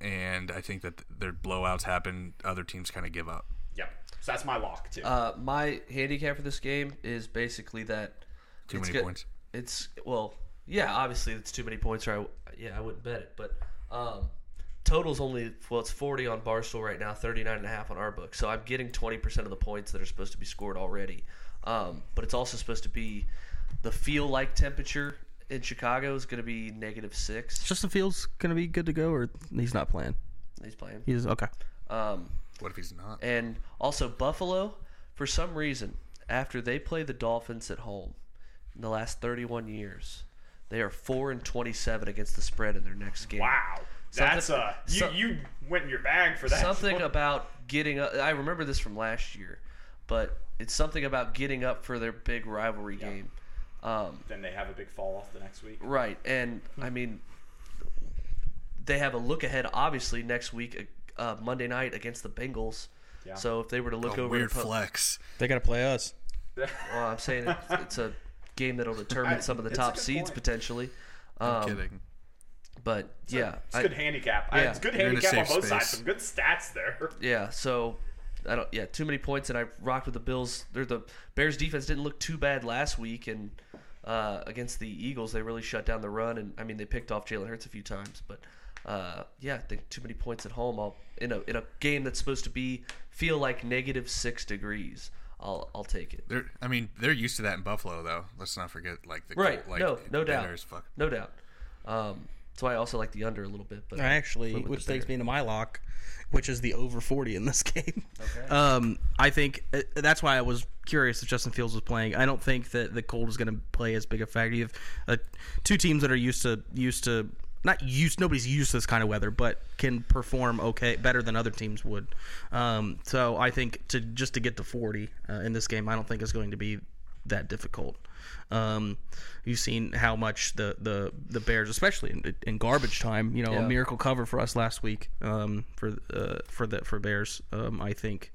[SPEAKER 3] and I think that th- their blowouts happen. Other teams kind of give up.
[SPEAKER 4] Yep. So that's my lock too.
[SPEAKER 2] Uh, my handicap for this game is basically that
[SPEAKER 3] Too
[SPEAKER 2] it's
[SPEAKER 3] many
[SPEAKER 2] go-
[SPEAKER 3] points.
[SPEAKER 2] It's well, yeah, obviously it's too many points. Or I, w- yeah, I wouldn't bet it. But um, totals only well, it's forty on Barstool right now, 39 and a half on our book. So I'm getting twenty percent of the points that are supposed to be scored already. Um, but it's also supposed to be the feel like temperature in Chicago is going to be negative six.
[SPEAKER 1] Justin Fields going to be good to go, or he's not playing?
[SPEAKER 2] He's playing.
[SPEAKER 1] He's okay.
[SPEAKER 2] Um,
[SPEAKER 3] What if he's not?
[SPEAKER 2] And also Buffalo, for some reason, after they play the Dolphins at home in the last 31 years, They are four and twenty-seven against the spread in their next game.
[SPEAKER 4] Wow. That's
[SPEAKER 2] Something-
[SPEAKER 4] a you,
[SPEAKER 2] so-
[SPEAKER 4] you went in your bag for that.
[SPEAKER 2] something about getting up. I remember this from last year, but it's something about getting up for their big rivalry game. Um,
[SPEAKER 4] Then they have a big fall off the next week.
[SPEAKER 2] right, and
[SPEAKER 4] Hmm.
[SPEAKER 2] I mean, they have a look ahead obviously next week, uh, Monday night against the Bengals.
[SPEAKER 4] Yeah.
[SPEAKER 2] So if they were to look over,
[SPEAKER 3] Weird
[SPEAKER 2] and po-
[SPEAKER 3] flex.
[SPEAKER 1] They got to play us.
[SPEAKER 2] well, I'm saying it's, it's a game that'll determine some of the
[SPEAKER 4] It's a
[SPEAKER 2] top
[SPEAKER 4] good
[SPEAKER 2] seeds
[SPEAKER 4] point.
[SPEAKER 2] potentially. Um,
[SPEAKER 3] Kidding.
[SPEAKER 2] But yeah,
[SPEAKER 4] It's
[SPEAKER 2] I-
[SPEAKER 4] good handicap. I-
[SPEAKER 2] yeah.
[SPEAKER 4] It's good
[SPEAKER 3] You're in a
[SPEAKER 4] handicap on
[SPEAKER 3] safe
[SPEAKER 4] both sides.
[SPEAKER 3] space.
[SPEAKER 4] Some good stats there.
[SPEAKER 2] Yeah, so I don't. Yeah, too many points, and I rocked with the Bills. They're the Bears defense didn't look too bad last week, and uh, against the Eagles, they really shut down the run. And I mean, they picked off Jalen Hurts a few times, but uh, yeah, I think too many points at home. I'll in a in a game that's supposed to be feel like negative six degrees. I'll I'll take it.
[SPEAKER 3] They're, I mean, they're used to that in Buffalo, though. Let's not forget, like the
[SPEAKER 2] Right,
[SPEAKER 3] Like,
[SPEAKER 2] no, no doubt.
[SPEAKER 3] Bears, fuck.
[SPEAKER 2] No doubt. Um, so I also like the under a little bit, but
[SPEAKER 1] I actually,
[SPEAKER 2] went with
[SPEAKER 1] which
[SPEAKER 2] the
[SPEAKER 1] takes
[SPEAKER 2] Bears.
[SPEAKER 1] me into my lock, which is the over 40 in this game. Um, I think uh, that's why I was curious if Justin Fields was playing. I don't think that the cold is going to play as big a factor. You have uh, two teams that are used to used to not used nobody's used to this kind of weather, but can perform okay better than other teams would. Um, so I think to just to get to 40 uh, in this game, I don't think it's going to be that difficult. Um, you've seen how much the, the, the Bears, especially in, in garbage time, you know,
[SPEAKER 2] Yeah.
[SPEAKER 1] a miracle cover for us last week um, for uh, for the for Bears. Um, I think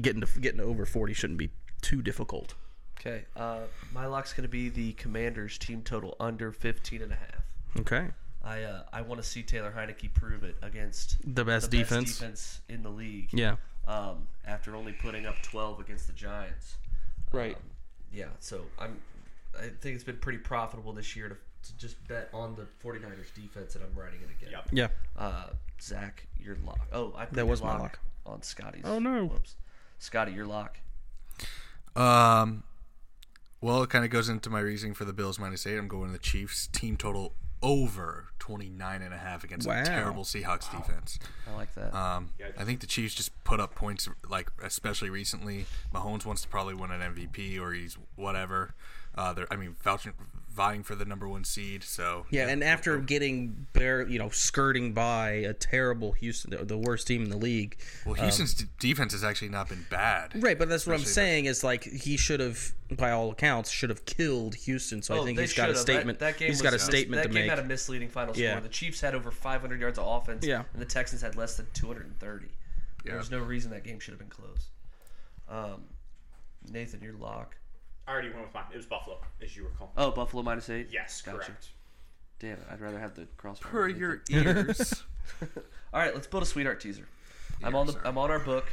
[SPEAKER 1] getting to getting to over forty shouldn't be too difficult.
[SPEAKER 2] Okay, uh, my lock's going to be the Commanders team total under 15 and a half.
[SPEAKER 1] Okay,
[SPEAKER 2] I uh, I want to see Taylor Heineke prove it against
[SPEAKER 1] the best defense.
[SPEAKER 2] defense in the league.
[SPEAKER 1] Yeah,
[SPEAKER 2] Um, after only putting up 12 against the Giants.
[SPEAKER 1] right.
[SPEAKER 2] Yeah. So I'm. I think it's been pretty profitable this year to, to just bet on the 49ers defense, and I'm writing it again.
[SPEAKER 4] Yep.
[SPEAKER 1] Yeah,
[SPEAKER 2] Uh, Zach, your lock. Oh, I put
[SPEAKER 1] That
[SPEAKER 2] your
[SPEAKER 1] was my
[SPEAKER 2] lock,
[SPEAKER 1] lock.
[SPEAKER 2] on Scotty's.
[SPEAKER 1] Oh, no.
[SPEAKER 2] Whoops. Scotty, your lock.
[SPEAKER 3] Um, well, it kind of goes into my reasoning for the Bills minus eight. I'm going the Chiefs team total over 29 and a half against
[SPEAKER 1] Wow.
[SPEAKER 3] a terrible Seahawks defense.
[SPEAKER 2] I like that.
[SPEAKER 3] Um, I think the Chiefs just put up points, like especially recently. Mahomes wants to probably win an MVP or he's whatever. Uh, they're, I mean, vouching, vying for the number one seed. So
[SPEAKER 1] yeah. And after getting bare, you know, skirting by a terrible Houston, the, the worst team in the league.
[SPEAKER 3] well, Houston's d- defense has actually not been bad.
[SPEAKER 1] Right, but that's what I'm saying is like he should have, by all accounts, should have killed Houston. So I
[SPEAKER 2] Oh,
[SPEAKER 1] think
[SPEAKER 2] they
[SPEAKER 1] he's got a
[SPEAKER 2] should've. That-
[SPEAKER 1] statement.
[SPEAKER 2] That, game
[SPEAKER 1] he's got a
[SPEAKER 2] was mis-
[SPEAKER 1] statement
[SPEAKER 2] that
[SPEAKER 1] to
[SPEAKER 2] game
[SPEAKER 1] make.
[SPEAKER 2] had a misleading final score.
[SPEAKER 1] Yeah.
[SPEAKER 2] The Chiefs had over 500 yards of offense,
[SPEAKER 1] Yeah.
[SPEAKER 2] and the Texans had less than 230. There
[SPEAKER 3] Yeah.
[SPEAKER 2] was no reason that game should have been close. Um, Nathan, your lock.
[SPEAKER 4] I already went with mine. It was Buffalo, as you recall.
[SPEAKER 2] Oh, Buffalo minus eight.
[SPEAKER 4] yes,
[SPEAKER 2] Gotcha.
[SPEAKER 4] correct.
[SPEAKER 2] Damn it, I'd rather have the cross.
[SPEAKER 3] Per your ears.
[SPEAKER 2] All right, let's build a sweetheart teaser. I'm on the.
[SPEAKER 3] sorry.
[SPEAKER 2] I'm on our book.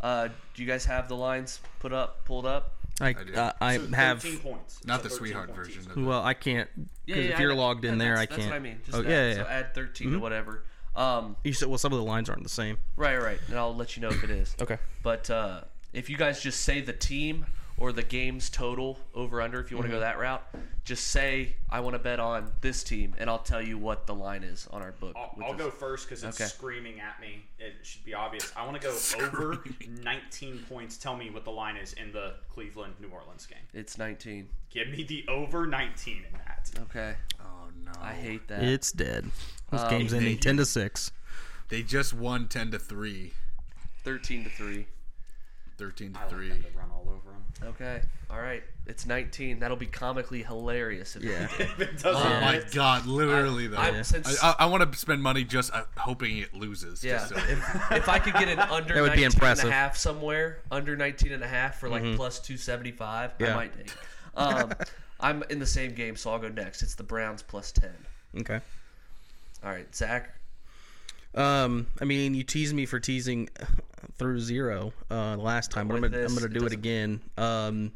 [SPEAKER 2] Uh, do you guys have the lines put up, pulled up?
[SPEAKER 1] I,
[SPEAKER 3] do.
[SPEAKER 1] uh, I
[SPEAKER 4] So
[SPEAKER 1] have
[SPEAKER 4] 13 points.
[SPEAKER 3] Not
[SPEAKER 4] So
[SPEAKER 3] the
[SPEAKER 4] 13
[SPEAKER 3] sweetheart
[SPEAKER 4] point
[SPEAKER 3] version.
[SPEAKER 4] teaser.
[SPEAKER 3] Of
[SPEAKER 1] Well, I can't because if
[SPEAKER 2] I
[SPEAKER 1] you're
[SPEAKER 2] know.
[SPEAKER 1] logged in
[SPEAKER 2] Yeah,
[SPEAKER 1] there, I
[SPEAKER 2] that's-
[SPEAKER 1] can't.
[SPEAKER 2] That's what I mean. Just
[SPEAKER 1] oh,
[SPEAKER 2] add,
[SPEAKER 1] yeah, yeah. Mm-hmm.
[SPEAKER 2] So
[SPEAKER 1] yeah.
[SPEAKER 2] add 13 to whatever. Um,
[SPEAKER 1] You said well, some of the lines aren't the same.
[SPEAKER 2] Right, right. And I'll let you know if it is.
[SPEAKER 1] Okay.
[SPEAKER 2] But uh, if you guys just say the team or the game's total over under, if you
[SPEAKER 1] Mm-hmm.
[SPEAKER 2] want to go that route, just say I want to bet on this team, and I'll tell you what the line is on our book.
[SPEAKER 4] I'll,
[SPEAKER 2] with
[SPEAKER 4] I'll
[SPEAKER 2] this.
[SPEAKER 4] go first because it's
[SPEAKER 2] Okay.
[SPEAKER 4] screaming at me. It should be obvious. I want to go over 19 points. Tell me what the line is in the Cleveland New Orleans game.
[SPEAKER 2] It's 19.
[SPEAKER 4] Give me the over 19 in that.
[SPEAKER 2] Okay.
[SPEAKER 3] Oh no!
[SPEAKER 2] I hate that.
[SPEAKER 1] It's dead. This
[SPEAKER 2] Um,
[SPEAKER 1] game's ending ten to six.
[SPEAKER 3] They just won 10 to three,
[SPEAKER 2] 13 to 3.
[SPEAKER 3] 13 to
[SPEAKER 4] I want
[SPEAKER 3] three.
[SPEAKER 4] them to run all over them.
[SPEAKER 2] Okay. All right. It's 19. That'll be comically hilarious. If yeah.
[SPEAKER 4] If it doesn't
[SPEAKER 3] Oh my god! Literally though,
[SPEAKER 2] I-
[SPEAKER 3] I,
[SPEAKER 2] since-
[SPEAKER 3] I, want to spend money just uh, hoping it loses.
[SPEAKER 2] Yeah,
[SPEAKER 3] just so-
[SPEAKER 2] if, if I could get an under
[SPEAKER 1] That would be
[SPEAKER 2] 19
[SPEAKER 1] impressive. Mm-hmm.
[SPEAKER 2] and a half somewhere, under 19 and a half for like plus 275, I
[SPEAKER 1] Yeah.
[SPEAKER 2] might take. it. Um, I'm in the same game, so I'll go next. It's the Browns plus 10.
[SPEAKER 1] Okay.
[SPEAKER 2] All right, Zach.
[SPEAKER 1] Um, I mean, you teased me for teasing through zero uh, last time, but I'm
[SPEAKER 2] With
[SPEAKER 1] gonna, I'm
[SPEAKER 2] this,
[SPEAKER 1] gonna
[SPEAKER 2] it
[SPEAKER 1] do it
[SPEAKER 2] doesn't-
[SPEAKER 1] again. Um,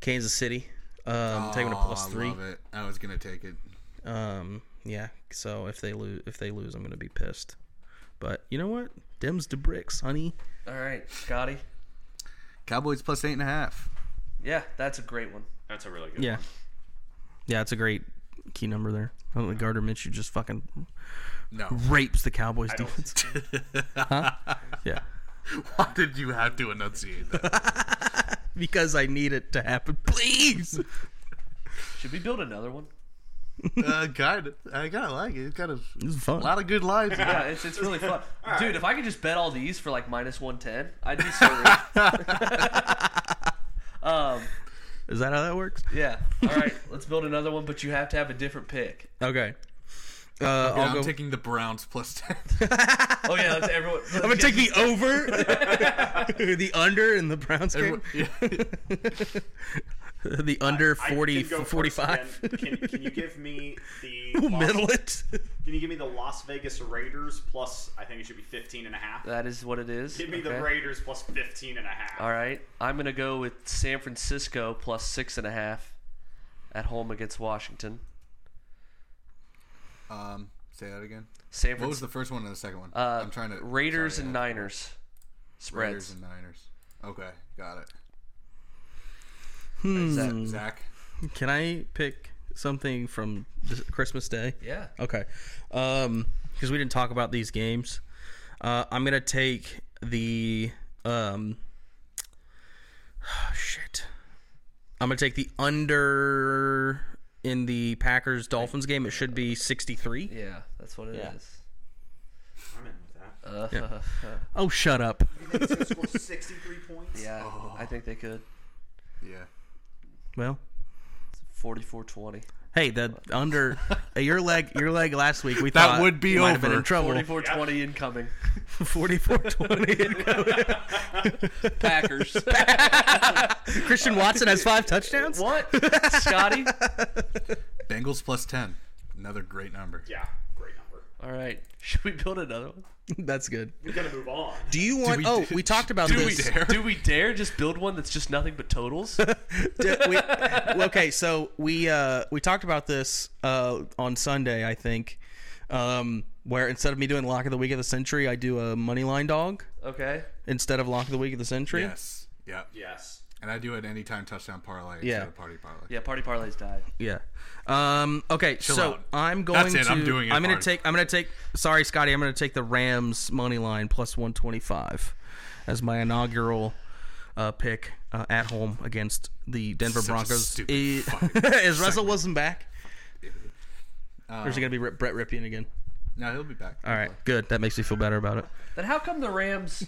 [SPEAKER 1] Kansas City, um, taking a
[SPEAKER 3] Aw,
[SPEAKER 1] plus
[SPEAKER 3] Oh, I
[SPEAKER 1] three.
[SPEAKER 3] love it. I was gonna take it.
[SPEAKER 1] Um, yeah. So if they lose, if they lose, I'm gonna be pissed. But you know what? Dems to bricks, honey.
[SPEAKER 2] All right, Scotty.
[SPEAKER 3] Cowboys plus eight and a half.
[SPEAKER 2] Yeah, that's a great one.
[SPEAKER 4] That's a really good
[SPEAKER 1] Yeah. Yeah, it's a great key number there. I don't think Gardner Minshew just fucking
[SPEAKER 3] No.
[SPEAKER 1] rapes the Cowboys
[SPEAKER 4] don't-
[SPEAKER 1] defense. Yeah.
[SPEAKER 3] Why did you have to enunciate that?
[SPEAKER 1] Because I need it to happen. Please.
[SPEAKER 2] Should we build another one?
[SPEAKER 3] uh, kind of. I kind of like it. It's kind of
[SPEAKER 1] This is fun.
[SPEAKER 3] a lot of good lines. in
[SPEAKER 2] Yeah,
[SPEAKER 3] it.
[SPEAKER 2] it's, it's really fun. Dude, if I could just bet all these for like minus 110, I'd be so rich. um,
[SPEAKER 1] Is that how that works?
[SPEAKER 2] yeah. All right, let's build another one, but you have to have a different pick.
[SPEAKER 1] Okay. Uh, I'll
[SPEAKER 3] I'm
[SPEAKER 1] go.
[SPEAKER 3] taking the Browns plus ten.
[SPEAKER 2] Oh, yeah, let's everyone.
[SPEAKER 1] I'm gonna take the over, the under in the Browns game.
[SPEAKER 3] Everyone- yeah.
[SPEAKER 1] the under
[SPEAKER 4] I can
[SPEAKER 1] 40,
[SPEAKER 4] go first
[SPEAKER 1] 45.
[SPEAKER 4] again. Can, can you give me the
[SPEAKER 1] We'll
[SPEAKER 4] Las-
[SPEAKER 1] middle it.
[SPEAKER 4] Can you give me the Las Vegas Raiders plus? I think it should be 15 and a half.
[SPEAKER 2] That is what it is.
[SPEAKER 4] Give me
[SPEAKER 2] Okay.
[SPEAKER 4] the Raiders plus 15 and a half.
[SPEAKER 2] All right, I'm gonna go with San Francisco plus six and a half at home against Washington.
[SPEAKER 3] Um, say that again.
[SPEAKER 2] San
[SPEAKER 3] What was
[SPEAKER 2] Francisco
[SPEAKER 3] the first one and the second one?
[SPEAKER 2] uh,
[SPEAKER 3] I'm trying to
[SPEAKER 2] Raiders
[SPEAKER 3] sorry,
[SPEAKER 2] and
[SPEAKER 3] uh,
[SPEAKER 2] Niners spreads.
[SPEAKER 3] Raiders and Niners. Okay, got it.
[SPEAKER 2] Is that-
[SPEAKER 3] Zach,
[SPEAKER 1] Can I pick something from this- Christmas Day?
[SPEAKER 2] yeah.
[SPEAKER 1] Okay. Um, because we didn't talk about these games. Uh, I'm gonna take the um. shit. I'm gonna take the under in the Packers Dolphins game. It should be 63.
[SPEAKER 2] Yeah, that's what it is.
[SPEAKER 1] Yeah.
[SPEAKER 4] I'm in with that.
[SPEAKER 2] Uh,
[SPEAKER 1] Oh, shut up.
[SPEAKER 4] It's gonna score 63 points.
[SPEAKER 2] yeah,
[SPEAKER 3] Oh.
[SPEAKER 2] I think they could.
[SPEAKER 3] yeah.
[SPEAKER 1] Well,
[SPEAKER 2] 44-20.
[SPEAKER 1] hey, the under your leg, your leg last week. We
[SPEAKER 3] That
[SPEAKER 1] thought
[SPEAKER 3] would be
[SPEAKER 1] you might have been
[SPEAKER 3] over.
[SPEAKER 1] in trouble.
[SPEAKER 2] 44-20 incoming.
[SPEAKER 1] 44 20.
[SPEAKER 2] Packers.
[SPEAKER 1] Christian Watson has five touchdowns?
[SPEAKER 2] what? Scotty?
[SPEAKER 3] Bengals plus ten. Another great number.
[SPEAKER 4] Yeah, great number.
[SPEAKER 2] All right. Should we build another one?
[SPEAKER 1] That's good.
[SPEAKER 4] We're gonna move on.
[SPEAKER 1] Do you want.
[SPEAKER 3] we-
[SPEAKER 1] oh, we talked about
[SPEAKER 3] do we
[SPEAKER 1] this.
[SPEAKER 3] dare?
[SPEAKER 2] Do we dare just build one that's just nothing but totals?
[SPEAKER 1] D- we- okay, so we uh, we talked about this uh, on Sunday, I think, um, where instead of me doing lock of the week of the century, I do a money line dog
[SPEAKER 2] Okay.
[SPEAKER 1] instead of lock of the week of the century.
[SPEAKER 3] Yes. Yeah.
[SPEAKER 4] Yes.
[SPEAKER 3] And I do it anytime touchdown parlay
[SPEAKER 1] Yeah.
[SPEAKER 3] instead of party parlay.
[SPEAKER 2] Yeah, Party Parlays died.
[SPEAKER 1] Yeah. Um, okay, so
[SPEAKER 3] out.
[SPEAKER 1] I'm going
[SPEAKER 3] That's it,
[SPEAKER 1] to.
[SPEAKER 3] I'm doing it,
[SPEAKER 1] I'm gonna
[SPEAKER 3] Marty.
[SPEAKER 1] take. I'm gonna take. Sorry, Scotty. I'm gonna take the Rams money line plus 125 as my inaugural uh, pick uh, at home against the Denver
[SPEAKER 3] Such a
[SPEAKER 1] Broncos.
[SPEAKER 3] stupid
[SPEAKER 1] Eh,
[SPEAKER 3] fucking
[SPEAKER 1] is Russell Wilson back? or is he gonna be Rip, Brett Ripien again?
[SPEAKER 3] No, he'll be back.
[SPEAKER 1] All right, good. That makes me feel better about it.
[SPEAKER 2] Then how come the Rams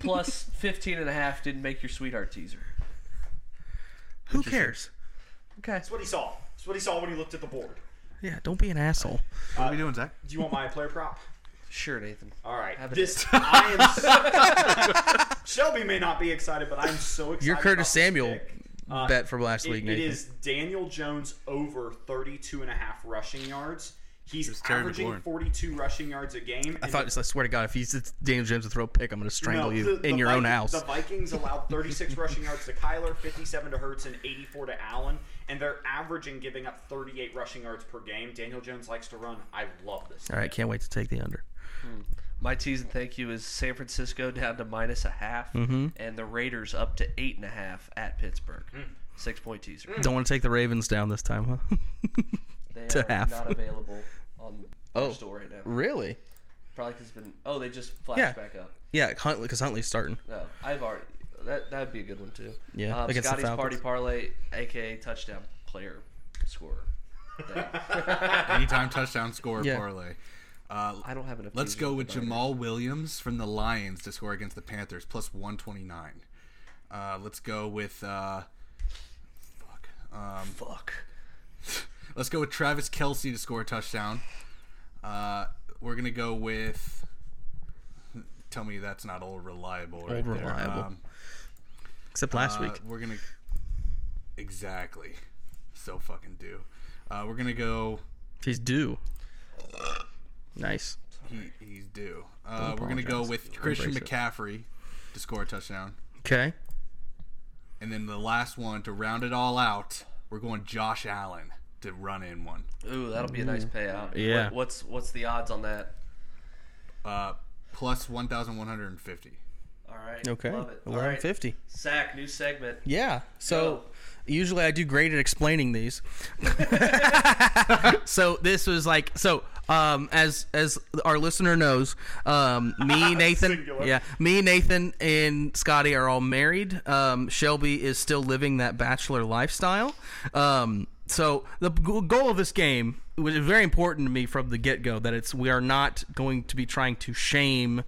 [SPEAKER 2] plus 15 and a half didn't make your sweetheart teaser?
[SPEAKER 1] Who cares?
[SPEAKER 2] Okay.
[SPEAKER 4] That's what he saw. That's what he saw when he looked at the board.
[SPEAKER 1] Yeah, don't be an asshole.
[SPEAKER 4] Uh,
[SPEAKER 3] What are we doing, Zach?
[SPEAKER 4] Do you want my player prop?
[SPEAKER 2] Sure, Nathan.
[SPEAKER 4] All right.
[SPEAKER 2] Have it.
[SPEAKER 4] This I am. so- Shelby may not be excited, but I'm so excited.
[SPEAKER 1] Your Curtis
[SPEAKER 4] about this
[SPEAKER 1] Samuel
[SPEAKER 4] pick. Uh,
[SPEAKER 1] bet from last
[SPEAKER 4] it-
[SPEAKER 1] week,
[SPEAKER 4] it
[SPEAKER 1] Nathan.
[SPEAKER 4] is Daniel Jones over 32 and a half rushing yards. He's
[SPEAKER 3] Terry
[SPEAKER 4] averaging
[SPEAKER 3] McLaurin.
[SPEAKER 4] 42 rushing yards a game.
[SPEAKER 1] I thought. I swear to God, if he's it's Daniel James to throw a pick, I'm gonna strangle you in your own
[SPEAKER 4] Viking-
[SPEAKER 1] house.
[SPEAKER 4] The Vikings allowed 36 rushing yards to Kyler, 57 to Hertz, and 84 to Allen, and they're averaging giving up 38 rushing yards per game. Daniel Jones likes to run. I love this.
[SPEAKER 1] All right, can't wait to take the under.
[SPEAKER 2] My tease and thank you is San Francisco down to minus a half,
[SPEAKER 1] Mm-hmm.
[SPEAKER 2] and the Raiders up to eight and a half at Pittsburgh. Six point teaser.
[SPEAKER 1] Don't want to take the Ravens down this time, huh?
[SPEAKER 2] They
[SPEAKER 1] To
[SPEAKER 2] are
[SPEAKER 1] half.
[SPEAKER 2] not available on
[SPEAKER 1] Oh.
[SPEAKER 2] the store right now.
[SPEAKER 1] really?
[SPEAKER 2] Probably 'cause it's been. Oh, they just flashed
[SPEAKER 1] Yeah.
[SPEAKER 2] back up.
[SPEAKER 1] Yeah, Huntley because Huntley's starting.
[SPEAKER 2] No, I've already. That that'd be a good one too.
[SPEAKER 1] Yeah,
[SPEAKER 2] Um,
[SPEAKER 1] against the
[SPEAKER 2] Scotty's
[SPEAKER 1] Falcons.
[SPEAKER 2] party parlay, aka touchdown player scorer.
[SPEAKER 3] Anytime touchdown score
[SPEAKER 1] Yeah.
[SPEAKER 3] parlay. Uh,
[SPEAKER 2] I don't have enough.
[SPEAKER 3] let's
[SPEAKER 2] teasers
[SPEAKER 3] go
[SPEAKER 2] for
[SPEAKER 3] with
[SPEAKER 2] the Niners.
[SPEAKER 3] Jamal Williams from the Lions to score against the Panthers plus 129. Uh, let's go with uh, fuck. Um,
[SPEAKER 2] Fuck.
[SPEAKER 3] let's go with Travis Kelsey to score a touchdown. Uh, we're gonna go with. Tell me that's not old reliable. Right
[SPEAKER 1] Old
[SPEAKER 3] there.
[SPEAKER 1] reliable.
[SPEAKER 3] Um,
[SPEAKER 1] Except last
[SPEAKER 3] uh,
[SPEAKER 1] week.
[SPEAKER 3] We're gonna exactly. So fucking do. Uh, we're gonna go.
[SPEAKER 1] He's due. Nice.
[SPEAKER 3] He, he's due. Uh, we're gonna go
[SPEAKER 1] apologize.
[SPEAKER 3] with Christian
[SPEAKER 1] Embrace it.
[SPEAKER 3] McCaffrey to score a touchdown,
[SPEAKER 1] Okay.
[SPEAKER 3] and then the last one to round it all out. We're going Josh Allen to run in one.
[SPEAKER 2] Ooh, that'll be a nice payout.
[SPEAKER 1] Yeah.
[SPEAKER 2] What- what's what's the odds on that?
[SPEAKER 3] Uh, plus one thousand one hundred and fifty.
[SPEAKER 2] All right.
[SPEAKER 1] Okay.
[SPEAKER 2] Love it. All
[SPEAKER 1] Eleven
[SPEAKER 2] right.
[SPEAKER 1] fifty.
[SPEAKER 2] Sack new segment.
[SPEAKER 1] Yeah. So
[SPEAKER 2] Go.
[SPEAKER 1] usually I do great at explaining these. so this was like so um as as our listener knows, um me, Nathan
[SPEAKER 4] Singular.
[SPEAKER 1] Yeah. Me, Nathan and Scotty are all married. Um Shelby is still living that bachelor lifestyle. Um so the g- goal of this game was very important to me from the get go that it's we are not going to be trying to shame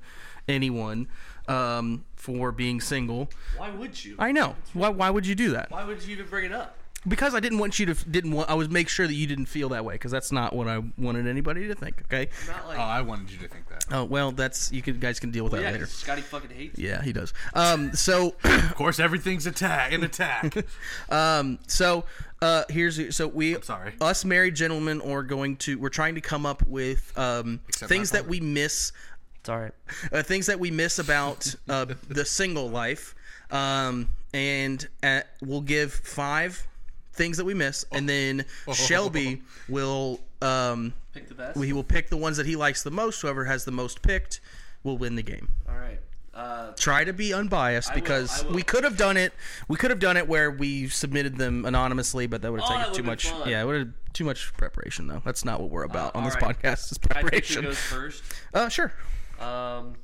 [SPEAKER 1] anyone um, for being single.
[SPEAKER 2] Why would you?
[SPEAKER 1] I know. Why, why would you do that?
[SPEAKER 2] Why would you even bring it up?
[SPEAKER 1] because I didn't want you to didn't want I was make sure that you didn't feel that way because that's not what I wanted anybody to think. Okay.
[SPEAKER 2] Not like
[SPEAKER 3] Oh, I wanted you to think that.
[SPEAKER 1] Oh well, that's you can guys can deal with that
[SPEAKER 2] yeah, 'cause
[SPEAKER 1] later.
[SPEAKER 2] Scotty fucking hates.
[SPEAKER 1] Yeah, he does. Um, so,
[SPEAKER 3] Of course, everything's attack an attack.
[SPEAKER 1] um, so uh, here's so we
[SPEAKER 3] sorry.
[SPEAKER 1] us married gentlemen are going to we're trying to come up with um,
[SPEAKER 3] Except
[SPEAKER 1] things
[SPEAKER 3] my
[SPEAKER 1] that we miss
[SPEAKER 2] It's all right.
[SPEAKER 1] uh, things that we miss about uh, the single life, um, and uh we'll give five things that we miss, and then Shelby will um,
[SPEAKER 2] Pick the best.
[SPEAKER 1] he will pick the ones that he likes the most. Whoever has the most picked will win the game.
[SPEAKER 2] all right. Uh,
[SPEAKER 1] Try to be unbiased
[SPEAKER 2] will,
[SPEAKER 1] because
[SPEAKER 2] I will.
[SPEAKER 1] we could have done it. We could have done it where we submitted them anonymously, but that would have
[SPEAKER 2] Oh,
[SPEAKER 1] taken
[SPEAKER 2] that
[SPEAKER 1] too
[SPEAKER 2] would've
[SPEAKER 1] much.
[SPEAKER 2] been fun.
[SPEAKER 1] Yeah, it would have too much preparation though. That's not what we're about
[SPEAKER 2] Uh,
[SPEAKER 1] on this
[SPEAKER 2] all right.
[SPEAKER 1] podcast. Is
[SPEAKER 2] I think who
[SPEAKER 1] preparation.
[SPEAKER 2] goes first?
[SPEAKER 1] Uh, sure.
[SPEAKER 2] Um,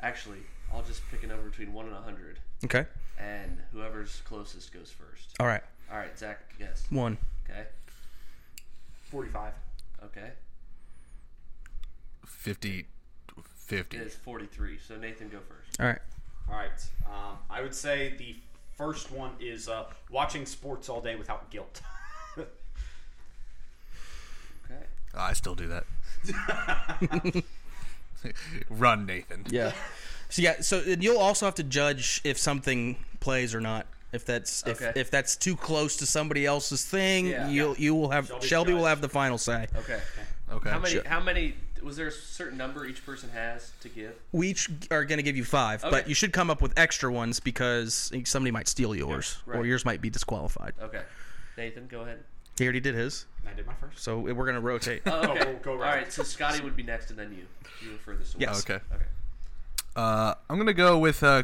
[SPEAKER 2] actually, I'll just pick a number between one and a hundred,
[SPEAKER 1] Okay.
[SPEAKER 2] and whoever's closest goes first.
[SPEAKER 1] All right.
[SPEAKER 2] All right, Zach, guess.
[SPEAKER 1] One.
[SPEAKER 2] Okay.
[SPEAKER 4] Forty-five.
[SPEAKER 2] Okay.
[SPEAKER 3] 50 50.
[SPEAKER 2] It is forty-three. So Nathan, go first.
[SPEAKER 1] All right.
[SPEAKER 4] All right. Um, I would say the first one is uh, watching sports all day without guilt.
[SPEAKER 2] Okay.
[SPEAKER 3] Oh, I still do that. Run, Nathan.
[SPEAKER 1] Yeah. So yeah, so and you'll also have to judge if something plays or not. If that's if,
[SPEAKER 2] Okay.
[SPEAKER 1] if that's too close to somebody else's thing,
[SPEAKER 2] Yeah.
[SPEAKER 1] you'll you will have
[SPEAKER 4] Shelby's
[SPEAKER 1] Shelby will
[SPEAKER 4] judge.
[SPEAKER 1] have the final say.
[SPEAKER 2] Okay.
[SPEAKER 3] Okay.
[SPEAKER 2] How many?
[SPEAKER 1] Sure.
[SPEAKER 2] How many? Was there a certain number each person has to give?
[SPEAKER 1] We each are going to give you five, but
[SPEAKER 2] Okay.
[SPEAKER 1] you should come up with extra ones because somebody might steal yours,
[SPEAKER 2] right.
[SPEAKER 1] or yours might be disqualified.
[SPEAKER 2] Okay. Nathan, go ahead.
[SPEAKER 1] He already did his,
[SPEAKER 4] And I did my first.
[SPEAKER 1] so we're going to rotate.
[SPEAKER 2] Oh, okay.
[SPEAKER 4] we'll go
[SPEAKER 2] All
[SPEAKER 4] round.
[SPEAKER 2] right. So Scotty would be next, and then you. You were furthest away.
[SPEAKER 1] Yes.
[SPEAKER 3] Okay.
[SPEAKER 2] Okay.
[SPEAKER 3] Uh, I'm gonna go with uh,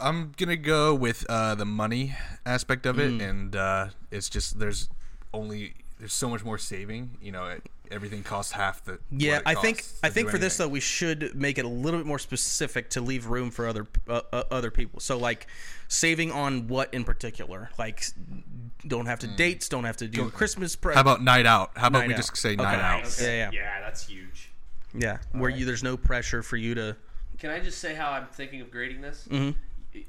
[SPEAKER 3] I'm gonna go with uh, the money aspect of it,
[SPEAKER 1] Mm.
[SPEAKER 3] and uh, it's just there's only there's so much more saving. You know, it, everything costs half the.
[SPEAKER 1] Yeah,
[SPEAKER 3] what it
[SPEAKER 1] I think
[SPEAKER 3] costs
[SPEAKER 1] I
[SPEAKER 3] to
[SPEAKER 1] think
[SPEAKER 3] do
[SPEAKER 1] for this
[SPEAKER 3] anything.
[SPEAKER 1] though we should make it a little bit more specific to leave room for other uh, uh, other people. So like saving on what in particular? Like s- don't have to dates, don't have to do Christmas pre-
[SPEAKER 3] How about night out? How about
[SPEAKER 1] Night
[SPEAKER 3] we
[SPEAKER 1] out.
[SPEAKER 3] just say
[SPEAKER 1] Okay.
[SPEAKER 3] night out?
[SPEAKER 1] Nice. Yeah, yeah.
[SPEAKER 4] Yeah, that's huge.
[SPEAKER 1] yeah, where you there's no pressure for you to
[SPEAKER 2] Can I just say how I'm thinking of grading this? Mm-hmm.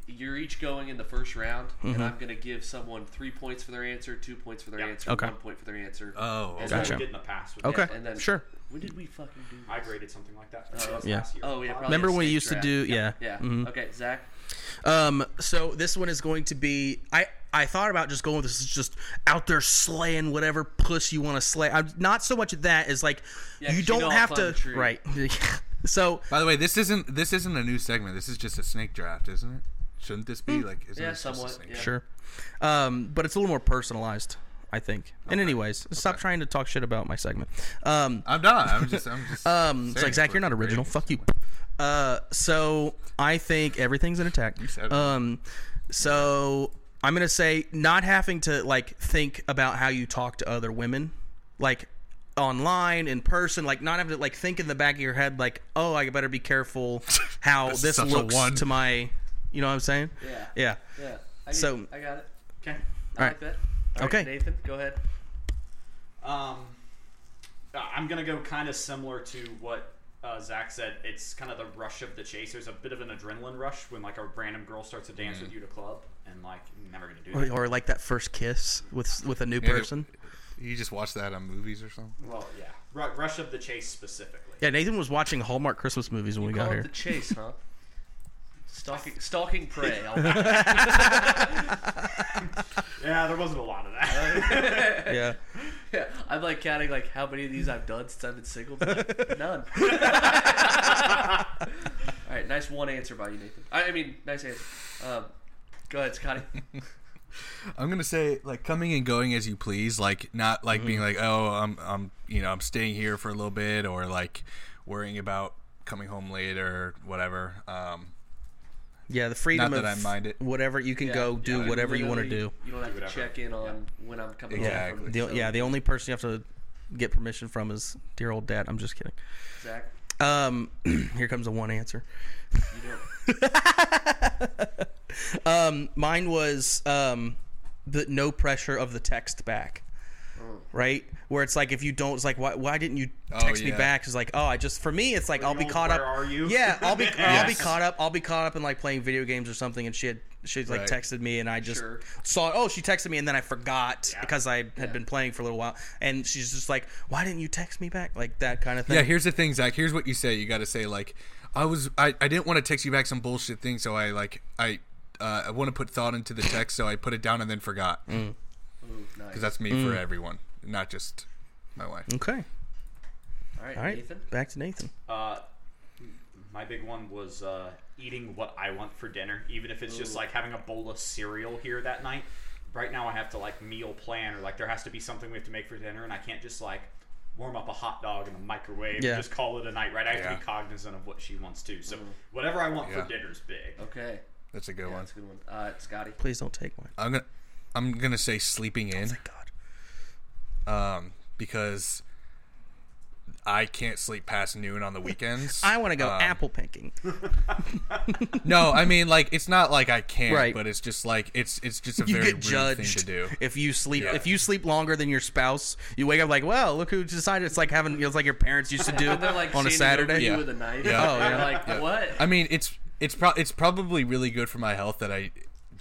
[SPEAKER 2] You're each going in the first round,
[SPEAKER 1] Mm-hmm.
[SPEAKER 2] and I'm going to give someone three points for their answer, two points for their answer,
[SPEAKER 1] Okay.
[SPEAKER 2] one point for their answer.
[SPEAKER 3] Oh,
[SPEAKER 4] That's
[SPEAKER 1] Gotcha.
[SPEAKER 4] what we did in the past. With
[SPEAKER 1] Okay.
[SPEAKER 4] that.
[SPEAKER 2] and then
[SPEAKER 1] sure.
[SPEAKER 2] When did we fucking do
[SPEAKER 4] I
[SPEAKER 2] this?
[SPEAKER 4] graded something like that. for us
[SPEAKER 1] Yeah.
[SPEAKER 4] last year.
[SPEAKER 2] Oh, yeah, probably.
[SPEAKER 1] Remember
[SPEAKER 2] a
[SPEAKER 1] we
[SPEAKER 2] snake
[SPEAKER 1] used
[SPEAKER 2] draft.
[SPEAKER 1] to do yeah.
[SPEAKER 2] Yeah. Okay, Zach.
[SPEAKER 1] Um so this one is going to be I I thought about just going with this is just out there slaying whatever puss you want to slay. I'm not so much at that as like
[SPEAKER 2] 'cause
[SPEAKER 1] you
[SPEAKER 2] you
[SPEAKER 1] don't
[SPEAKER 2] know I'll
[SPEAKER 1] have
[SPEAKER 2] climb
[SPEAKER 1] to
[SPEAKER 2] a tree.
[SPEAKER 1] right. so
[SPEAKER 3] By the way, this isn't this isn't a new segment. This is just a snake draft, isn't it? Shouldn't this
[SPEAKER 1] Hmm.
[SPEAKER 3] be like? Isn't
[SPEAKER 2] Yeah,
[SPEAKER 3] this just a
[SPEAKER 2] somewhat,
[SPEAKER 3] snake
[SPEAKER 2] yeah.
[SPEAKER 3] draft?
[SPEAKER 1] Sure. Um, but it's a little more personalized, I think. And anyways, stop trying to talk shit about my segment. Um,
[SPEAKER 3] I'm not. I'm just. I'm just.
[SPEAKER 1] um, it's like Zach, you're not original. Fuck you. Uh, so I think everything's an attack.
[SPEAKER 3] said it.
[SPEAKER 1] Um, so I'm gonna say not having to like think about how you talk to other women, like online in person like not having to like think in the back of your head like oh i better be careful how
[SPEAKER 3] That's
[SPEAKER 1] this
[SPEAKER 3] such a
[SPEAKER 1] looks
[SPEAKER 3] one.
[SPEAKER 1] to my you know what i'm saying
[SPEAKER 2] Yeah.
[SPEAKER 1] yeah
[SPEAKER 2] Yeah. I
[SPEAKER 1] So-
[SPEAKER 2] I got it.
[SPEAKER 4] Okay.
[SPEAKER 2] I
[SPEAKER 1] All
[SPEAKER 2] like that. All
[SPEAKER 1] Okay.
[SPEAKER 2] Nathan, go ahead.
[SPEAKER 4] Um, uh, I'm gonna go kind of similar to what uh, Zach said. It's kind of the rush of the chase. There's a bit of an adrenaline rush when like a random girl starts to
[SPEAKER 2] Mm-hmm.
[SPEAKER 4] dance with you to club, and like you're never gonna do
[SPEAKER 1] or,
[SPEAKER 4] that.
[SPEAKER 1] or like that first kiss with with a new
[SPEAKER 3] Yeah,
[SPEAKER 1] person.
[SPEAKER 3] You just watch that on movies or something.
[SPEAKER 4] Well, yeah, Ru- rush of the chase specifically.
[SPEAKER 1] Yeah, Nathan was watching Hallmark Christmas movies when we
[SPEAKER 2] Call
[SPEAKER 1] got
[SPEAKER 2] it
[SPEAKER 1] here.
[SPEAKER 2] the chase, huh? Stalking, stalking prey. I'll-
[SPEAKER 4] Yeah, there wasn't a lot of that.
[SPEAKER 1] yeah,
[SPEAKER 2] yeah, I'm like counting like how many of these I've done since I've been single. but, like, none. All right, nice one answer by you, Nathan. I, I mean, nice answer. Um, go ahead, Scotty.
[SPEAKER 3] I'm gonna say like coming and going as you please, like not like being like oh I'm I'm you know I'm staying here for a little bit or like worrying about coming home late or whatever. Um,
[SPEAKER 1] yeah. The freedom
[SPEAKER 3] Not that
[SPEAKER 1] of
[SPEAKER 3] I mind it.
[SPEAKER 1] whatever you can
[SPEAKER 2] Yeah,
[SPEAKER 1] go do
[SPEAKER 2] yeah,
[SPEAKER 1] whatever you want to
[SPEAKER 2] literally,
[SPEAKER 1] do.
[SPEAKER 2] You don't have to
[SPEAKER 4] whatever.
[SPEAKER 2] check in on when I'm coming
[SPEAKER 3] Exactly.
[SPEAKER 2] home.
[SPEAKER 1] The,
[SPEAKER 2] From,
[SPEAKER 1] yeah, the only person you have to get permission from is dear old dad. I'm just kidding.
[SPEAKER 2] Zach,
[SPEAKER 1] Um, here comes a one answer.
[SPEAKER 2] you don't.
[SPEAKER 1] Um, mine was um, the no pressure of the text back.
[SPEAKER 4] Oh.
[SPEAKER 1] Right, where it's like if you don't, it's like why, why didn't you
[SPEAKER 3] Oh,
[SPEAKER 1] text me
[SPEAKER 3] yeah.
[SPEAKER 1] back? It's like oh, I just for me, it's like I'll be
[SPEAKER 4] old,
[SPEAKER 1] caught
[SPEAKER 4] oh, where
[SPEAKER 1] up.
[SPEAKER 4] are you?
[SPEAKER 1] Yeah, I'll be I'll be
[SPEAKER 3] Yes.
[SPEAKER 1] caught up. I'll be caught up in like playing video games or something. And she had she like
[SPEAKER 3] Right.
[SPEAKER 1] texted me, and I just
[SPEAKER 2] Sure.
[SPEAKER 1] saw oh she texted me, and then I forgot
[SPEAKER 4] Yeah.
[SPEAKER 1] because I had been playing for a little while. And she's just like, why didn't you text me back? Like that kind of thing.
[SPEAKER 3] Yeah, here's the thing, Zach. Here's what you say. You got to say like, I was, I, I didn't want to text you back some bullshit thing, so I like, I, uh, I want to put thought into the text, so I put it down and then forgot. Because
[SPEAKER 2] Ooh, nice.
[SPEAKER 3] that's me for everyone, not just my wife.
[SPEAKER 1] Okay.
[SPEAKER 2] All right,
[SPEAKER 1] All right.
[SPEAKER 2] Nathan.
[SPEAKER 1] Back to Nathan.
[SPEAKER 4] Uh, my big one was uh, eating what I want for dinner, even if it's just like having a bowl of cereal here that night. Right now, I have to like meal plan, or like there has to be something we have to make for dinner, and I can't just like warm up a hot dog in the microwave
[SPEAKER 1] Yeah.
[SPEAKER 4] and just call it a night, right? I have to
[SPEAKER 3] Yeah.
[SPEAKER 4] be cognizant of what she wants to. So, whatever I want
[SPEAKER 3] Yeah.
[SPEAKER 4] for dinner's big.
[SPEAKER 2] Okay.
[SPEAKER 3] That's a
[SPEAKER 2] Yeah,
[SPEAKER 3] good one.
[SPEAKER 2] that's a good one. Uh, Scotty.
[SPEAKER 1] Please don't take one.
[SPEAKER 3] I'm gonna, I'm gonna say sleeping in,
[SPEAKER 1] Thank God.
[SPEAKER 3] um, because I can't sleep past noon on the weekends.
[SPEAKER 1] I want to go
[SPEAKER 3] Um,
[SPEAKER 1] apple picking.
[SPEAKER 3] No, I mean like it's not like I can't,
[SPEAKER 1] Right.
[SPEAKER 3] but it's just like it's it's just a
[SPEAKER 1] You
[SPEAKER 3] very
[SPEAKER 1] get
[SPEAKER 3] rude
[SPEAKER 1] judged
[SPEAKER 3] thing to do.
[SPEAKER 1] if you sleep.
[SPEAKER 3] Yeah.
[SPEAKER 1] If you sleep longer than your spouse, you wake up like, well, look who decided. It's like having. It's like your parents used to do
[SPEAKER 2] And they're like
[SPEAKER 1] on a
[SPEAKER 2] standing over
[SPEAKER 1] Saturday.
[SPEAKER 2] you
[SPEAKER 3] Yeah.
[SPEAKER 2] with a knife.
[SPEAKER 3] Yeah.
[SPEAKER 1] Oh,
[SPEAKER 2] You're
[SPEAKER 1] yeah.
[SPEAKER 2] Like what?
[SPEAKER 3] I mean, it's it's pro- it's probably really good for my health that I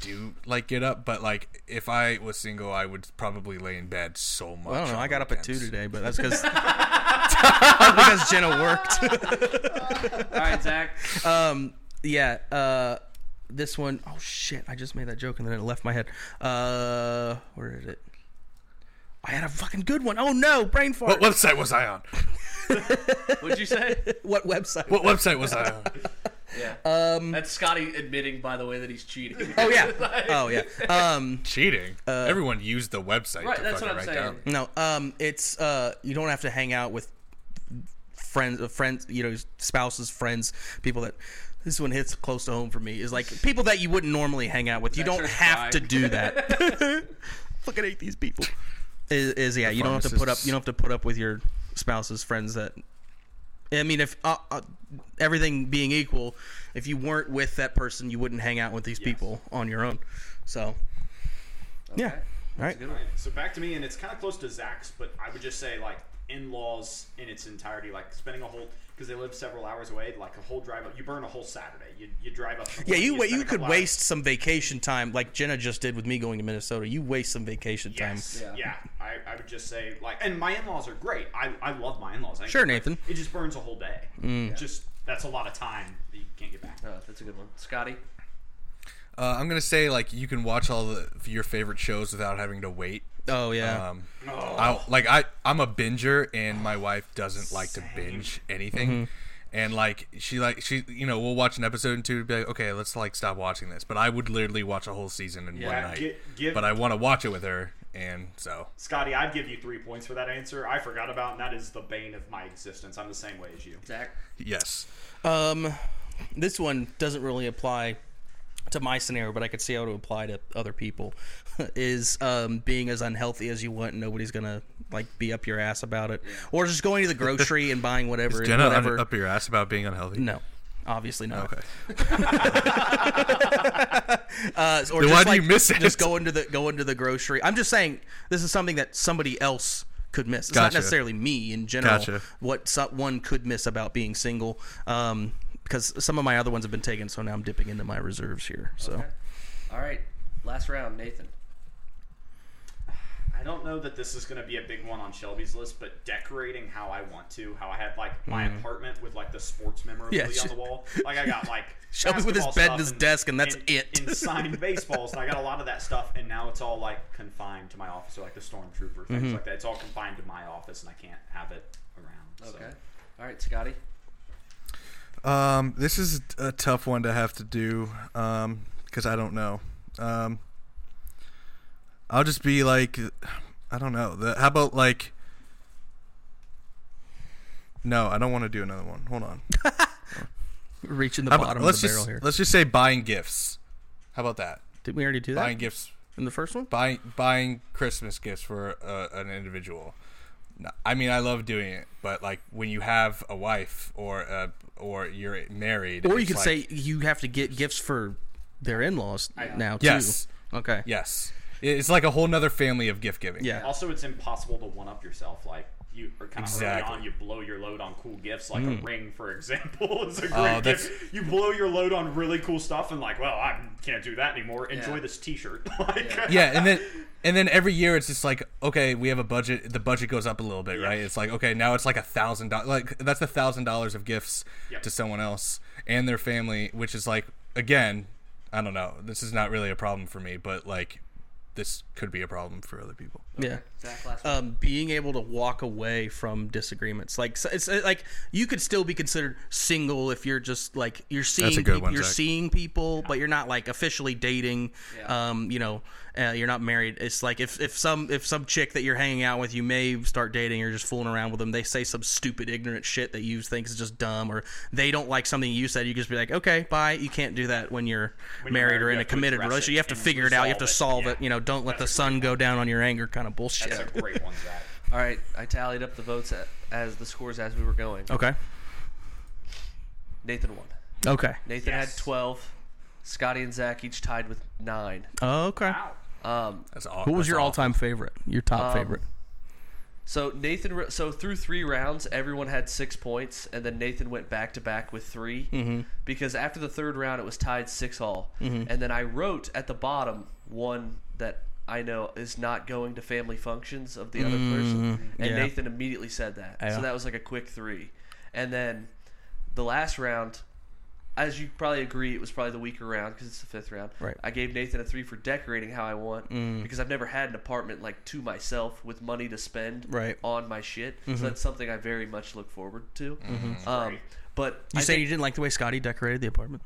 [SPEAKER 3] do like get up, but like if I was single, I would probably lay in bed so much.
[SPEAKER 1] I don't know.
[SPEAKER 3] on
[SPEAKER 1] I got up at two
[SPEAKER 3] weekends.
[SPEAKER 1] today, but that's because because Jenna worked.
[SPEAKER 2] All right, Zach.
[SPEAKER 1] um, yeah. Uh, this one oh shit! I just made that joke and then it left my head. Uh, where is it? I had a fucking good one. Oh no, brain fart.
[SPEAKER 3] What website was I on?
[SPEAKER 2] What'd you say?
[SPEAKER 1] What, website?
[SPEAKER 3] What website was I on?
[SPEAKER 2] Yeah. Um, That's Scotty admitting, by the way, that he's cheating.
[SPEAKER 1] Oh yeah. Oh yeah. Um,
[SPEAKER 3] Cheating. Everyone used the website
[SPEAKER 2] Right,
[SPEAKER 3] to
[SPEAKER 2] that's
[SPEAKER 3] fucking
[SPEAKER 2] what I'm
[SPEAKER 3] write
[SPEAKER 2] saying.
[SPEAKER 3] down.
[SPEAKER 1] No, um, it's uh, you don't have to hang out with friends, uh, friends, you know, spouses, friends, people that. This one hits close to home for me. Is like people that you wouldn't normally hang out with. You don't
[SPEAKER 2] That's her
[SPEAKER 1] have to
[SPEAKER 2] vibe.
[SPEAKER 1] do that. Fucking hate these people. Is, is yeah, you don't have to put up.
[SPEAKER 3] pharmacists.
[SPEAKER 1] You don't have to put up with your spouse's friends that. I mean, if uh, uh, everything being equal, if you weren't with that person, you wouldn't hang out with these people on your own. So, yeah,
[SPEAKER 2] Okay.
[SPEAKER 1] all
[SPEAKER 2] That's
[SPEAKER 1] right.
[SPEAKER 2] a good one.
[SPEAKER 4] Alright, So back to me, and it's kind of close to Zach's, but I would just say like in-laws in its entirety, like spending a whole because they live several hours away, like a whole drive up. You burn a whole Saturday. You, you drive up. in the
[SPEAKER 1] Yeah,
[SPEAKER 4] morning,
[SPEAKER 1] you
[SPEAKER 4] spend
[SPEAKER 1] you
[SPEAKER 4] a
[SPEAKER 1] could
[SPEAKER 4] couple hours-
[SPEAKER 1] waste some vacation time, like Jenna just did with me going to Minnesota. You waste some vacation
[SPEAKER 4] Yes.
[SPEAKER 1] time.
[SPEAKER 2] time.
[SPEAKER 4] Yeah. I, I would just say like, and my in-laws are great. I, I love my in-laws. I think
[SPEAKER 1] Sure,
[SPEAKER 4] they're great.
[SPEAKER 1] Nathan. Mm.
[SPEAKER 4] It just burns a whole day. Just that's a lot of time that you can't get back.
[SPEAKER 2] Oh, that's a good one. Scotty.
[SPEAKER 3] Uh, I'm gonna say like you can watch all the, your favorite shows without having to wait.
[SPEAKER 1] Oh yeah.
[SPEAKER 3] Um,
[SPEAKER 4] Oh.
[SPEAKER 3] I like I I'm a binger and my wife doesn't like to binge anything.
[SPEAKER 1] Mm-hmm.
[SPEAKER 3] And like she like she you know we'll watch an episode and two be like okay let's like stop watching this but I would literally watch a whole season in
[SPEAKER 2] Yeah,
[SPEAKER 3] one night
[SPEAKER 4] gi- give-
[SPEAKER 3] but I want to watch it with her and so
[SPEAKER 4] Scotty, I'd give you three points for that answer. I forgot about, and that is the bane of my existence. I'm the same way as you.
[SPEAKER 2] Zach.
[SPEAKER 3] yes
[SPEAKER 1] Um, this one doesn't really apply to my scenario, but I could see how it would apply to other people. is um, being as unhealthy as you want, and nobody's gonna like be up your ass about it, or just going to the grocery and buying whatever.
[SPEAKER 3] Jenna un-
[SPEAKER 1] whatever.
[SPEAKER 3] up your ass about being unhealthy
[SPEAKER 1] no, obviously not.
[SPEAKER 3] okay
[SPEAKER 1] Uh, or
[SPEAKER 3] Then
[SPEAKER 1] just
[SPEAKER 3] why do
[SPEAKER 1] like,
[SPEAKER 3] you miss it?
[SPEAKER 1] Just go into the go into the grocery. I'm just saying this is something that somebody else could miss. It's not
[SPEAKER 3] Gotcha.
[SPEAKER 1] necessarily me in general.
[SPEAKER 3] Gotcha.
[SPEAKER 1] What so, one could miss about being single, um, because some of my other ones have been taken, so now I'm dipping into my reserves here. So
[SPEAKER 2] Okay. All right. Last round, Nathan.
[SPEAKER 4] I don't know that this is going to be a big one on Shelby's list, but decorating how I want to, how I have like my apartment with like the sports memorabilia
[SPEAKER 1] Mm. Yeah,
[SPEAKER 4] on the
[SPEAKER 1] she-
[SPEAKER 4] wall. Like I got like
[SPEAKER 1] Shelby with his
[SPEAKER 4] basketball
[SPEAKER 1] bed and
[SPEAKER 4] stuff
[SPEAKER 1] his desk, and that's it.
[SPEAKER 4] and signed baseballs, and I got a lot of that stuff, and now it's all like confined to my office, or like the stormtrooper things
[SPEAKER 1] Mm-hmm.
[SPEAKER 4] like that. It's all confined to my office, and I can't have it around.
[SPEAKER 2] Okay.
[SPEAKER 4] So.
[SPEAKER 2] All right, Scotty.
[SPEAKER 5] Um, this is a tough one to have to do um, because I don't know. Um, I'll just be like, I don't know. The, how about like? No, I don't want to do another one. Hold on.
[SPEAKER 1] reaching the
[SPEAKER 3] How about-
[SPEAKER 1] bottom of
[SPEAKER 3] let's
[SPEAKER 1] the
[SPEAKER 3] just
[SPEAKER 1] barrel here.
[SPEAKER 3] let's just say buying gifts how about that
[SPEAKER 1] Did we already do that
[SPEAKER 3] buying gifts
[SPEAKER 1] in the first one?
[SPEAKER 3] buying buying Christmas gifts for uh, an individual. No- I mean, I love doing it, but like when you have a wife or uh, or you're married,
[SPEAKER 1] Or you
[SPEAKER 3] it's
[SPEAKER 1] could
[SPEAKER 3] like,
[SPEAKER 1] say you have to get gifts for their in-laws now too.
[SPEAKER 3] Yes.
[SPEAKER 1] Okay.
[SPEAKER 3] yes. It's like a whole nother family of gift giving.
[SPEAKER 1] Yeah.
[SPEAKER 4] Also, it's impossible to one up yourself. Like you are kind of
[SPEAKER 3] Exactly. Mm.
[SPEAKER 4] early on, you blow your load on cool gifts, like a ring, for example, is a great
[SPEAKER 3] Oh, that's-
[SPEAKER 4] gift. You blow your load on really cool stuff, and like, well, I can't do that anymore. Enjoy
[SPEAKER 2] Yeah.
[SPEAKER 4] this T-shirt. like,
[SPEAKER 3] yeah, and then and then every year it's just like okay, we have a budget. The budget goes up a little bit, right? It's like okay, now it's like a thousand dollars. Like that's a thousand dollars of gifts
[SPEAKER 4] Yep.
[SPEAKER 3] to someone else and their family, which is like again, I don't know. This is not really a problem for me, but like this could be a problem for other people.
[SPEAKER 1] Yeah.
[SPEAKER 2] Zach, last one.
[SPEAKER 1] Um, being able to walk away from disagreements, like so it's uh, like you could still be considered single if you're just like you're seeing
[SPEAKER 3] good
[SPEAKER 1] peop-
[SPEAKER 3] one,
[SPEAKER 1] you're
[SPEAKER 3] Zach.
[SPEAKER 1] seeing people, but you're not like officially dating.
[SPEAKER 2] Yeah.
[SPEAKER 1] Um, you know, uh, you're not married. It's like if, if some if some chick that you're hanging out with, you may start dating or just fooling around with them. They say some stupid ignorant shit that you think is just dumb, or they don't like something you said. You just be like, okay, bye. You can't do that when you're,
[SPEAKER 4] When you're
[SPEAKER 1] married,
[SPEAKER 4] married,
[SPEAKER 1] or
[SPEAKER 4] you
[SPEAKER 1] in a
[SPEAKER 4] have to
[SPEAKER 1] committed
[SPEAKER 4] address
[SPEAKER 1] relationship.
[SPEAKER 4] it
[SPEAKER 1] You have to
[SPEAKER 4] and
[SPEAKER 1] figure it out. You have to
[SPEAKER 4] resolve
[SPEAKER 1] solve
[SPEAKER 4] it.
[SPEAKER 1] it. You know, don't let the sun go down on your anger. Kind of bullshit.
[SPEAKER 4] that's a great one, Zach.
[SPEAKER 2] All right, I tallied up the votes a as the scores as we were going.
[SPEAKER 1] Okay.
[SPEAKER 2] Nathan won.
[SPEAKER 1] Okay.
[SPEAKER 2] Nathan
[SPEAKER 4] Yes.
[SPEAKER 2] had 12. Scotty and Zach each tied with nine.
[SPEAKER 1] Okay.
[SPEAKER 4] Wow.
[SPEAKER 2] Um,
[SPEAKER 3] That's all.
[SPEAKER 1] What was
[SPEAKER 3] that's
[SPEAKER 1] your
[SPEAKER 3] all-
[SPEAKER 1] all-time favorite? Your top favorite?
[SPEAKER 2] so Nathan, re- so through three rounds, everyone had six points, and then Nathan went back to back with 3
[SPEAKER 1] Mm-hmm.
[SPEAKER 2] because after the third round, it was tied six all, and then I wrote at the bottom one that I know is not going to family functions of the other person, and
[SPEAKER 1] Mm, yeah.
[SPEAKER 2] Nathan immediately said that.
[SPEAKER 1] Yeah.
[SPEAKER 2] So that was like a quick three, and then the last round as you probably agree, it was probably the weaker round because it's the fifth round.
[SPEAKER 1] Right. Mm.
[SPEAKER 2] I gave Nathan a three for decorating how I want because I've never had an apartment like to myself with money to spend
[SPEAKER 1] Right. Mm-hmm.
[SPEAKER 2] on my shit. So that's something I very much look forward to. Um, but
[SPEAKER 1] You
[SPEAKER 2] I
[SPEAKER 1] say
[SPEAKER 2] think-
[SPEAKER 1] you didn't like the way Scotty decorated the apartment?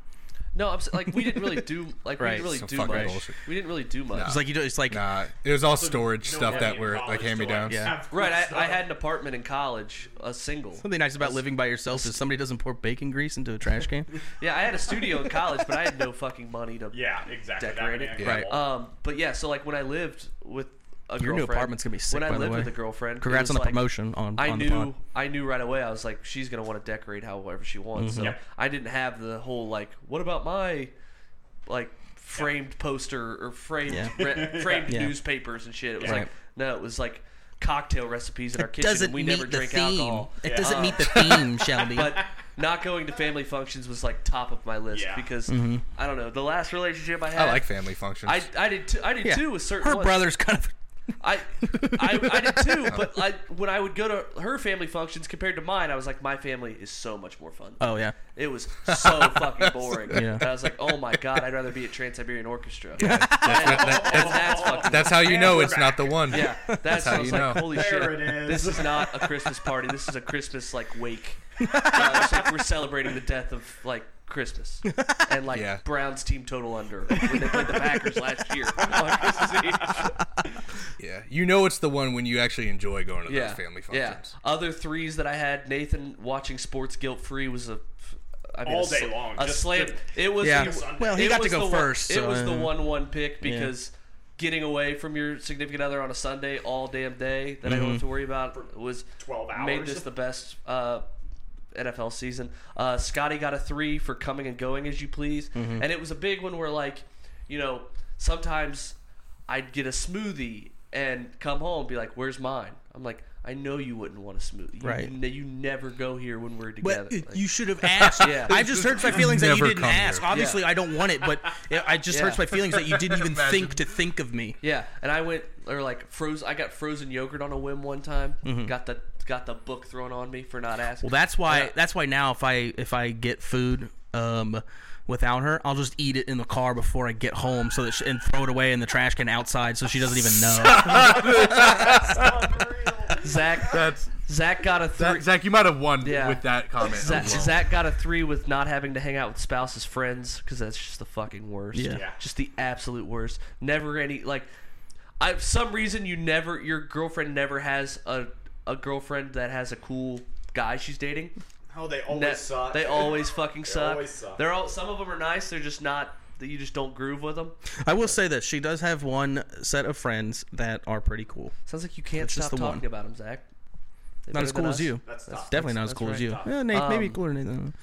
[SPEAKER 2] no, I'm s- like we didn't really do like we
[SPEAKER 1] Right.
[SPEAKER 2] didn't really
[SPEAKER 3] Some
[SPEAKER 2] do much.
[SPEAKER 3] fucking bullshit.
[SPEAKER 2] We didn't really do much.
[SPEAKER 1] It's like you. do It's like
[SPEAKER 3] Nah, it was all storage stuff that were like hand me downs.
[SPEAKER 1] Yeah.
[SPEAKER 2] Right,
[SPEAKER 1] uh,
[SPEAKER 2] I, I had an apartment in college, a single.
[SPEAKER 1] something nice about living by yourself is somebody doesn't pour bacon grease into a trash can.
[SPEAKER 2] Yeah, I had a studio in college, but I had no fucking money to
[SPEAKER 4] Yeah, exactly. That
[SPEAKER 2] Decorated.
[SPEAKER 4] would be
[SPEAKER 1] Right.
[SPEAKER 4] incredible.
[SPEAKER 2] Um, but yeah, so like when I lived with a
[SPEAKER 1] Your new
[SPEAKER 2] girlfriend-
[SPEAKER 1] apartment's gonna be sick,
[SPEAKER 2] When I
[SPEAKER 1] by the
[SPEAKER 2] lived
[SPEAKER 1] way.
[SPEAKER 2] with a girlfriend, it
[SPEAKER 1] Congrats
[SPEAKER 2] was
[SPEAKER 1] on the
[SPEAKER 2] like-
[SPEAKER 1] promotion on-
[SPEAKER 2] I
[SPEAKER 1] on the
[SPEAKER 2] knew
[SPEAKER 1] pod.
[SPEAKER 2] I knew right away. I was like, she's gonna want to decorate however she wants. So
[SPEAKER 1] Mm-hmm.
[SPEAKER 4] Yep.
[SPEAKER 2] I didn't have the whole like, what about my like framed poster or framed
[SPEAKER 1] Yeah.
[SPEAKER 2] re- framed
[SPEAKER 1] Yeah.
[SPEAKER 2] newspapers and shit. It was
[SPEAKER 1] Yeah.
[SPEAKER 2] like no, it was like cocktail recipes in our kitchen. and we never drink alcohol.
[SPEAKER 1] It doesn't meet the theme, Shelby.
[SPEAKER 2] But not going to family functions was like top of my list
[SPEAKER 4] Yeah.
[SPEAKER 2] because
[SPEAKER 1] Mm-hmm.
[SPEAKER 2] I don't know the last relationship I had.
[SPEAKER 3] I like family functions.
[SPEAKER 2] I, I did too. I did too with certain.
[SPEAKER 1] her
[SPEAKER 2] ones.
[SPEAKER 1] brother's kind of.
[SPEAKER 2] I, I I did too. But I, when I would go to her family functions compared to mine, I was like, my family is so much more fun.
[SPEAKER 1] Oh yeah.
[SPEAKER 2] It was so fucking boring.
[SPEAKER 1] Yeah.
[SPEAKER 2] And I was like, oh my god, I'd rather be at Trans Siberian Orchestra.
[SPEAKER 3] that's, that- that-
[SPEAKER 2] And that's fucking.
[SPEAKER 3] that's how you know
[SPEAKER 4] we're
[SPEAKER 3] it's not the one.
[SPEAKER 2] yeah, that's,
[SPEAKER 3] how
[SPEAKER 2] I was
[SPEAKER 3] you
[SPEAKER 2] like,
[SPEAKER 3] know.
[SPEAKER 2] holy
[SPEAKER 4] There
[SPEAKER 2] shit.
[SPEAKER 4] it is.
[SPEAKER 2] This is not a Christmas party. This is a Christmas like wake. Uh, it's like we're celebrating the death of like Christmas and like
[SPEAKER 3] Yeah.
[SPEAKER 2] Browns team total under when they played the Packers last year on Christmas Eve.
[SPEAKER 3] Yeah, you know it's the one when you actually enjoy going to those family functions.
[SPEAKER 2] Yeah. Other threes that I had, Nathan watching sports guilt free was a. I mean,
[SPEAKER 4] All
[SPEAKER 2] a sl-
[SPEAKER 4] day long,
[SPEAKER 2] A
[SPEAKER 4] just-
[SPEAKER 2] slam.
[SPEAKER 4] just-
[SPEAKER 2] it was.
[SPEAKER 1] Yeah.
[SPEAKER 2] the-
[SPEAKER 1] Just Well, he
[SPEAKER 2] it
[SPEAKER 1] got to
[SPEAKER 2] was
[SPEAKER 1] go
[SPEAKER 2] the
[SPEAKER 1] first,
[SPEAKER 2] One,
[SPEAKER 1] so,
[SPEAKER 2] it was the
[SPEAKER 1] uh,
[SPEAKER 2] one-one pick because getting away from your significant other on a Sunday all damn day that I
[SPEAKER 1] Mm-hmm.
[SPEAKER 2] don't have to worry about was
[SPEAKER 4] 12
[SPEAKER 2] Made
[SPEAKER 4] hours.
[SPEAKER 2] this the best uh, NFL season. Uh, Scotty got a three for coming and going as you please,
[SPEAKER 1] Mm-hmm.
[SPEAKER 2] and it was a big one where like, you know, sometimes I'd get a smoothie and come home and be like, "Where's mine?" I'm like, "I know you wouldn't want a smoothie. You-
[SPEAKER 1] Right.
[SPEAKER 2] You, ne- you never go here when we're together."
[SPEAKER 1] But
[SPEAKER 2] Like,
[SPEAKER 1] you should have asked.
[SPEAKER 2] Yeah.
[SPEAKER 1] I've just hurts my feelings that you
[SPEAKER 3] Never
[SPEAKER 1] didn't
[SPEAKER 3] come
[SPEAKER 1] ask.
[SPEAKER 3] here.
[SPEAKER 1] Obviously, I don't want it, but it, I just
[SPEAKER 2] Yeah.
[SPEAKER 1] hurts my feelings that you didn't even
[SPEAKER 3] Imagine.
[SPEAKER 1] think to think of me.
[SPEAKER 2] yeah, and I went or like froze. I got frozen yogurt on a whim one time. Got the got the book thrown on me for not
[SPEAKER 1] Mm-hmm.
[SPEAKER 2] asking.
[SPEAKER 1] Well, that's why.
[SPEAKER 2] Yeah.
[SPEAKER 1] That's why now, if I if I get food um, without her, I'll just eat it in the car before I get home, so that she, and throw it away in the trash can outside, so she doesn't even know.
[SPEAKER 2] Zach.
[SPEAKER 3] That's
[SPEAKER 2] Zach got a three.
[SPEAKER 3] Zach, Zach, you might have won
[SPEAKER 2] Yeah.
[SPEAKER 3] with that comment.
[SPEAKER 2] Zach,
[SPEAKER 3] alone.
[SPEAKER 2] Zach got a three with not having to hang out with spouses, friends, because that's just the fucking worst.
[SPEAKER 1] Yeah.
[SPEAKER 4] Yeah.
[SPEAKER 2] Just the absolute worst. Never any like, I for some reason you never your girlfriend never has a a girlfriend that has a cool guy she's dating.
[SPEAKER 4] Oh, they always
[SPEAKER 2] That-
[SPEAKER 4] suck.
[SPEAKER 2] They always fucking suck.
[SPEAKER 4] always suck.
[SPEAKER 2] They're all some of them are nice. They're just not. that You just don't groove with them.
[SPEAKER 1] I will say this: she does have one set of friends that are pretty cool.
[SPEAKER 2] Sounds like you can't
[SPEAKER 1] That's just
[SPEAKER 2] stop
[SPEAKER 1] the
[SPEAKER 2] talking
[SPEAKER 1] one.
[SPEAKER 2] about them, Zach. They
[SPEAKER 1] Not
[SPEAKER 2] better
[SPEAKER 1] as
[SPEAKER 2] than
[SPEAKER 1] cool as
[SPEAKER 2] us.
[SPEAKER 1] you.
[SPEAKER 4] That's tough.
[SPEAKER 1] Definitely not as
[SPEAKER 2] that's
[SPEAKER 1] cool as
[SPEAKER 2] right.
[SPEAKER 1] you. Yeah, Nate, maybe
[SPEAKER 2] Um,
[SPEAKER 1] cooler than Nathan.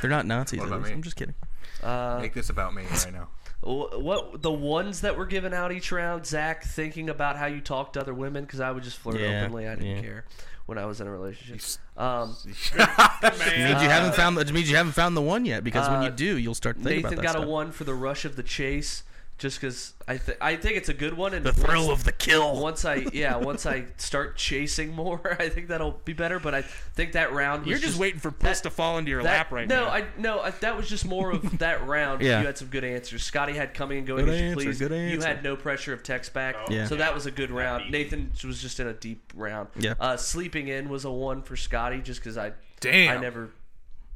[SPEAKER 1] They're not Nazis.
[SPEAKER 3] What
[SPEAKER 1] at
[SPEAKER 3] about
[SPEAKER 1] least.
[SPEAKER 3] me?
[SPEAKER 1] I'm just kidding.
[SPEAKER 2] Uh,
[SPEAKER 3] make this about me right now.
[SPEAKER 2] Wh- What the ones that were given out each round, Zach, thinking about how you talk to other women because I would just flirt
[SPEAKER 1] Yeah,
[SPEAKER 2] openly. I didn't
[SPEAKER 1] yeah.
[SPEAKER 2] care when I was in a relationship. Um,
[SPEAKER 1] means you
[SPEAKER 6] Uh,
[SPEAKER 1] haven't found. It means you haven't found the one yet. Because when
[SPEAKER 2] uh,
[SPEAKER 1] you do, you'll start thinking
[SPEAKER 2] Nathan
[SPEAKER 1] about that
[SPEAKER 2] got
[SPEAKER 1] stuff.
[SPEAKER 2] a one for the rush of the chase, just because I th- I think it's a good one. And
[SPEAKER 1] The thrill of the kill.
[SPEAKER 2] once I yeah once I start chasing more, I think that'll be better. But I think that round was
[SPEAKER 6] You're just, waiting for puss to fall into your
[SPEAKER 2] that-
[SPEAKER 6] lap right
[SPEAKER 2] no,
[SPEAKER 6] now.
[SPEAKER 2] I no, I, that was just more of that round.
[SPEAKER 1] Yeah.
[SPEAKER 2] You had some good answers. Scotty had coming and going
[SPEAKER 1] Good
[SPEAKER 2] as you
[SPEAKER 1] answer,
[SPEAKER 2] please.
[SPEAKER 1] good
[SPEAKER 2] You
[SPEAKER 1] answer.
[SPEAKER 2] had no pressure of text back.
[SPEAKER 1] Yeah.
[SPEAKER 2] So that was a good round.
[SPEAKER 4] beat
[SPEAKER 2] Nathan was just in a deep round.
[SPEAKER 1] Yeah.
[SPEAKER 2] Uh, sleeping in was a one for Scotty just because I
[SPEAKER 3] Damn.
[SPEAKER 2] I never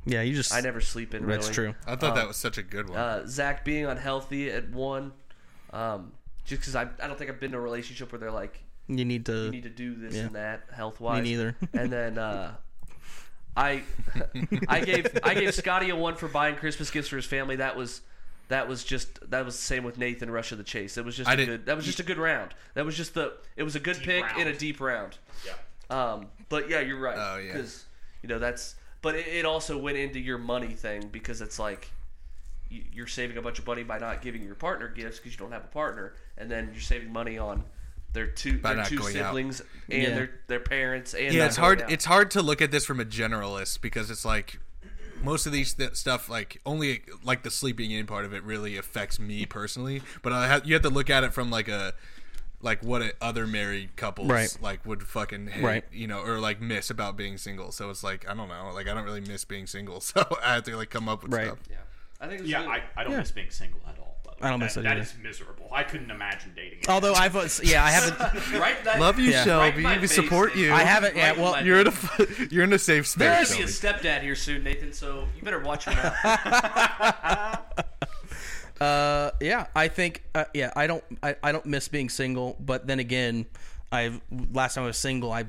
[SPEAKER 1] Yeah, you just.
[SPEAKER 2] I never sleep in.
[SPEAKER 1] That's
[SPEAKER 2] really.
[SPEAKER 1] true.
[SPEAKER 3] I thought that was such a good one.
[SPEAKER 2] Oh. Uh, Zach being unhealthy at one, um, just because I I don't think I've been in a relationship where they're like
[SPEAKER 1] You need to.
[SPEAKER 2] you need to do this
[SPEAKER 1] Yeah.
[SPEAKER 2] and that health wise.
[SPEAKER 1] Me neither.
[SPEAKER 2] And then uh, I I gave I gave Scotty a one for buying Christmas gifts for his family. That was that was just that was the same with Nathan Rush of the Chase. That was just
[SPEAKER 3] I
[SPEAKER 2] a
[SPEAKER 3] didn't-
[SPEAKER 2] good that was just a good round. That was just the it was a good pick in
[SPEAKER 4] round.
[SPEAKER 2] a deep round.
[SPEAKER 4] Yeah.
[SPEAKER 2] Um, but yeah, you're right.
[SPEAKER 3] Oh, yeah.
[SPEAKER 2] Because you know that's but it, it also went into your money thing because it's like you- you're saving a bunch of money by not giving your partner gifts because you don't have a partner, and then you're saving money on their two
[SPEAKER 3] By
[SPEAKER 2] their
[SPEAKER 3] not
[SPEAKER 2] two
[SPEAKER 3] going out.
[SPEAKER 2] siblings and
[SPEAKER 1] Yeah.
[SPEAKER 2] their their parents and
[SPEAKER 3] yeah
[SPEAKER 2] not
[SPEAKER 3] it's
[SPEAKER 2] going
[SPEAKER 3] hard
[SPEAKER 2] out.
[SPEAKER 3] it's hard to look at this from a generalist because it's like most of these th- stuff like only like the sleeping in part of it really affects me personally but I have, you have to look at it from like a like what a- other married couples
[SPEAKER 1] Right.
[SPEAKER 3] like would fucking hate,
[SPEAKER 1] Right.
[SPEAKER 3] you know or like miss about being single so it's like i don't know like i don't really miss being single so i have to like come up with
[SPEAKER 1] Right.
[SPEAKER 3] stuff
[SPEAKER 2] Yeah, I think it was
[SPEAKER 4] Yeah,
[SPEAKER 2] good.
[SPEAKER 4] I, I don't miss being single at all. By the way.
[SPEAKER 1] I don't miss
[SPEAKER 4] that,
[SPEAKER 1] it
[SPEAKER 4] That
[SPEAKER 1] either.
[SPEAKER 4] is miserable. I couldn't imagine dating. it.
[SPEAKER 1] Although I've, uh, yeah, I haven't.
[SPEAKER 2] right. That,
[SPEAKER 5] Love you,
[SPEAKER 1] Yeah.
[SPEAKER 5] Shelby.
[SPEAKER 2] Right in my
[SPEAKER 5] we
[SPEAKER 2] face,
[SPEAKER 5] support
[SPEAKER 2] Nathan.
[SPEAKER 5] you.
[SPEAKER 1] I haven't. Yeah,
[SPEAKER 2] Right,
[SPEAKER 1] well,
[SPEAKER 2] my-
[SPEAKER 5] You're in a you're in a safe space.
[SPEAKER 2] There's gonna be a
[SPEAKER 5] Shelby.
[SPEAKER 2] stepdad here soon, Nathan. So you better watch your mouth.
[SPEAKER 1] Uh, yeah, I think uh, yeah, I don't I, I don't miss being single, but then again, I last time I was single, I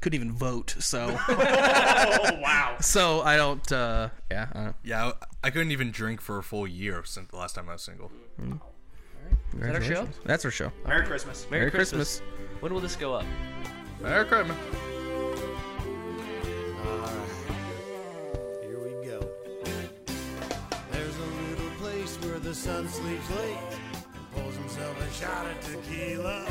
[SPEAKER 1] couldn't even vote, so
[SPEAKER 4] oh wow.
[SPEAKER 1] so I don't uh yeah, I don't,
[SPEAKER 3] yeah I, I couldn't even drink for a full year since the last time i was single
[SPEAKER 2] Is that our show?
[SPEAKER 1] that's our show.
[SPEAKER 4] Merry Christmas.
[SPEAKER 1] Merry Christmas.
[SPEAKER 2] When will this go up?
[SPEAKER 3] Merry Christmas.
[SPEAKER 7] Here we go. There's a little place where the sun sleeps late and pulls himself a shot of tequila.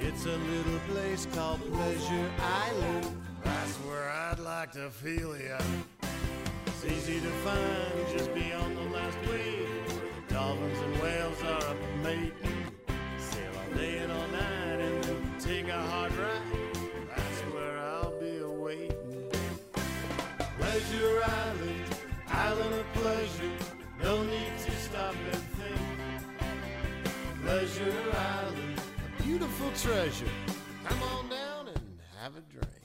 [SPEAKER 7] It's a little place called Pleasure Island. That's where I'd like to feel ya. It's easy to find just beyond the last wave where the dolphins and whales are up mating. Sail all day and all night and then take a hard ride. That's where I'll be awaiting. Pleasure Island, island of pleasure. No need to stop and think. Pleasure Island, a beautiful treasure. Come on down and have a drink.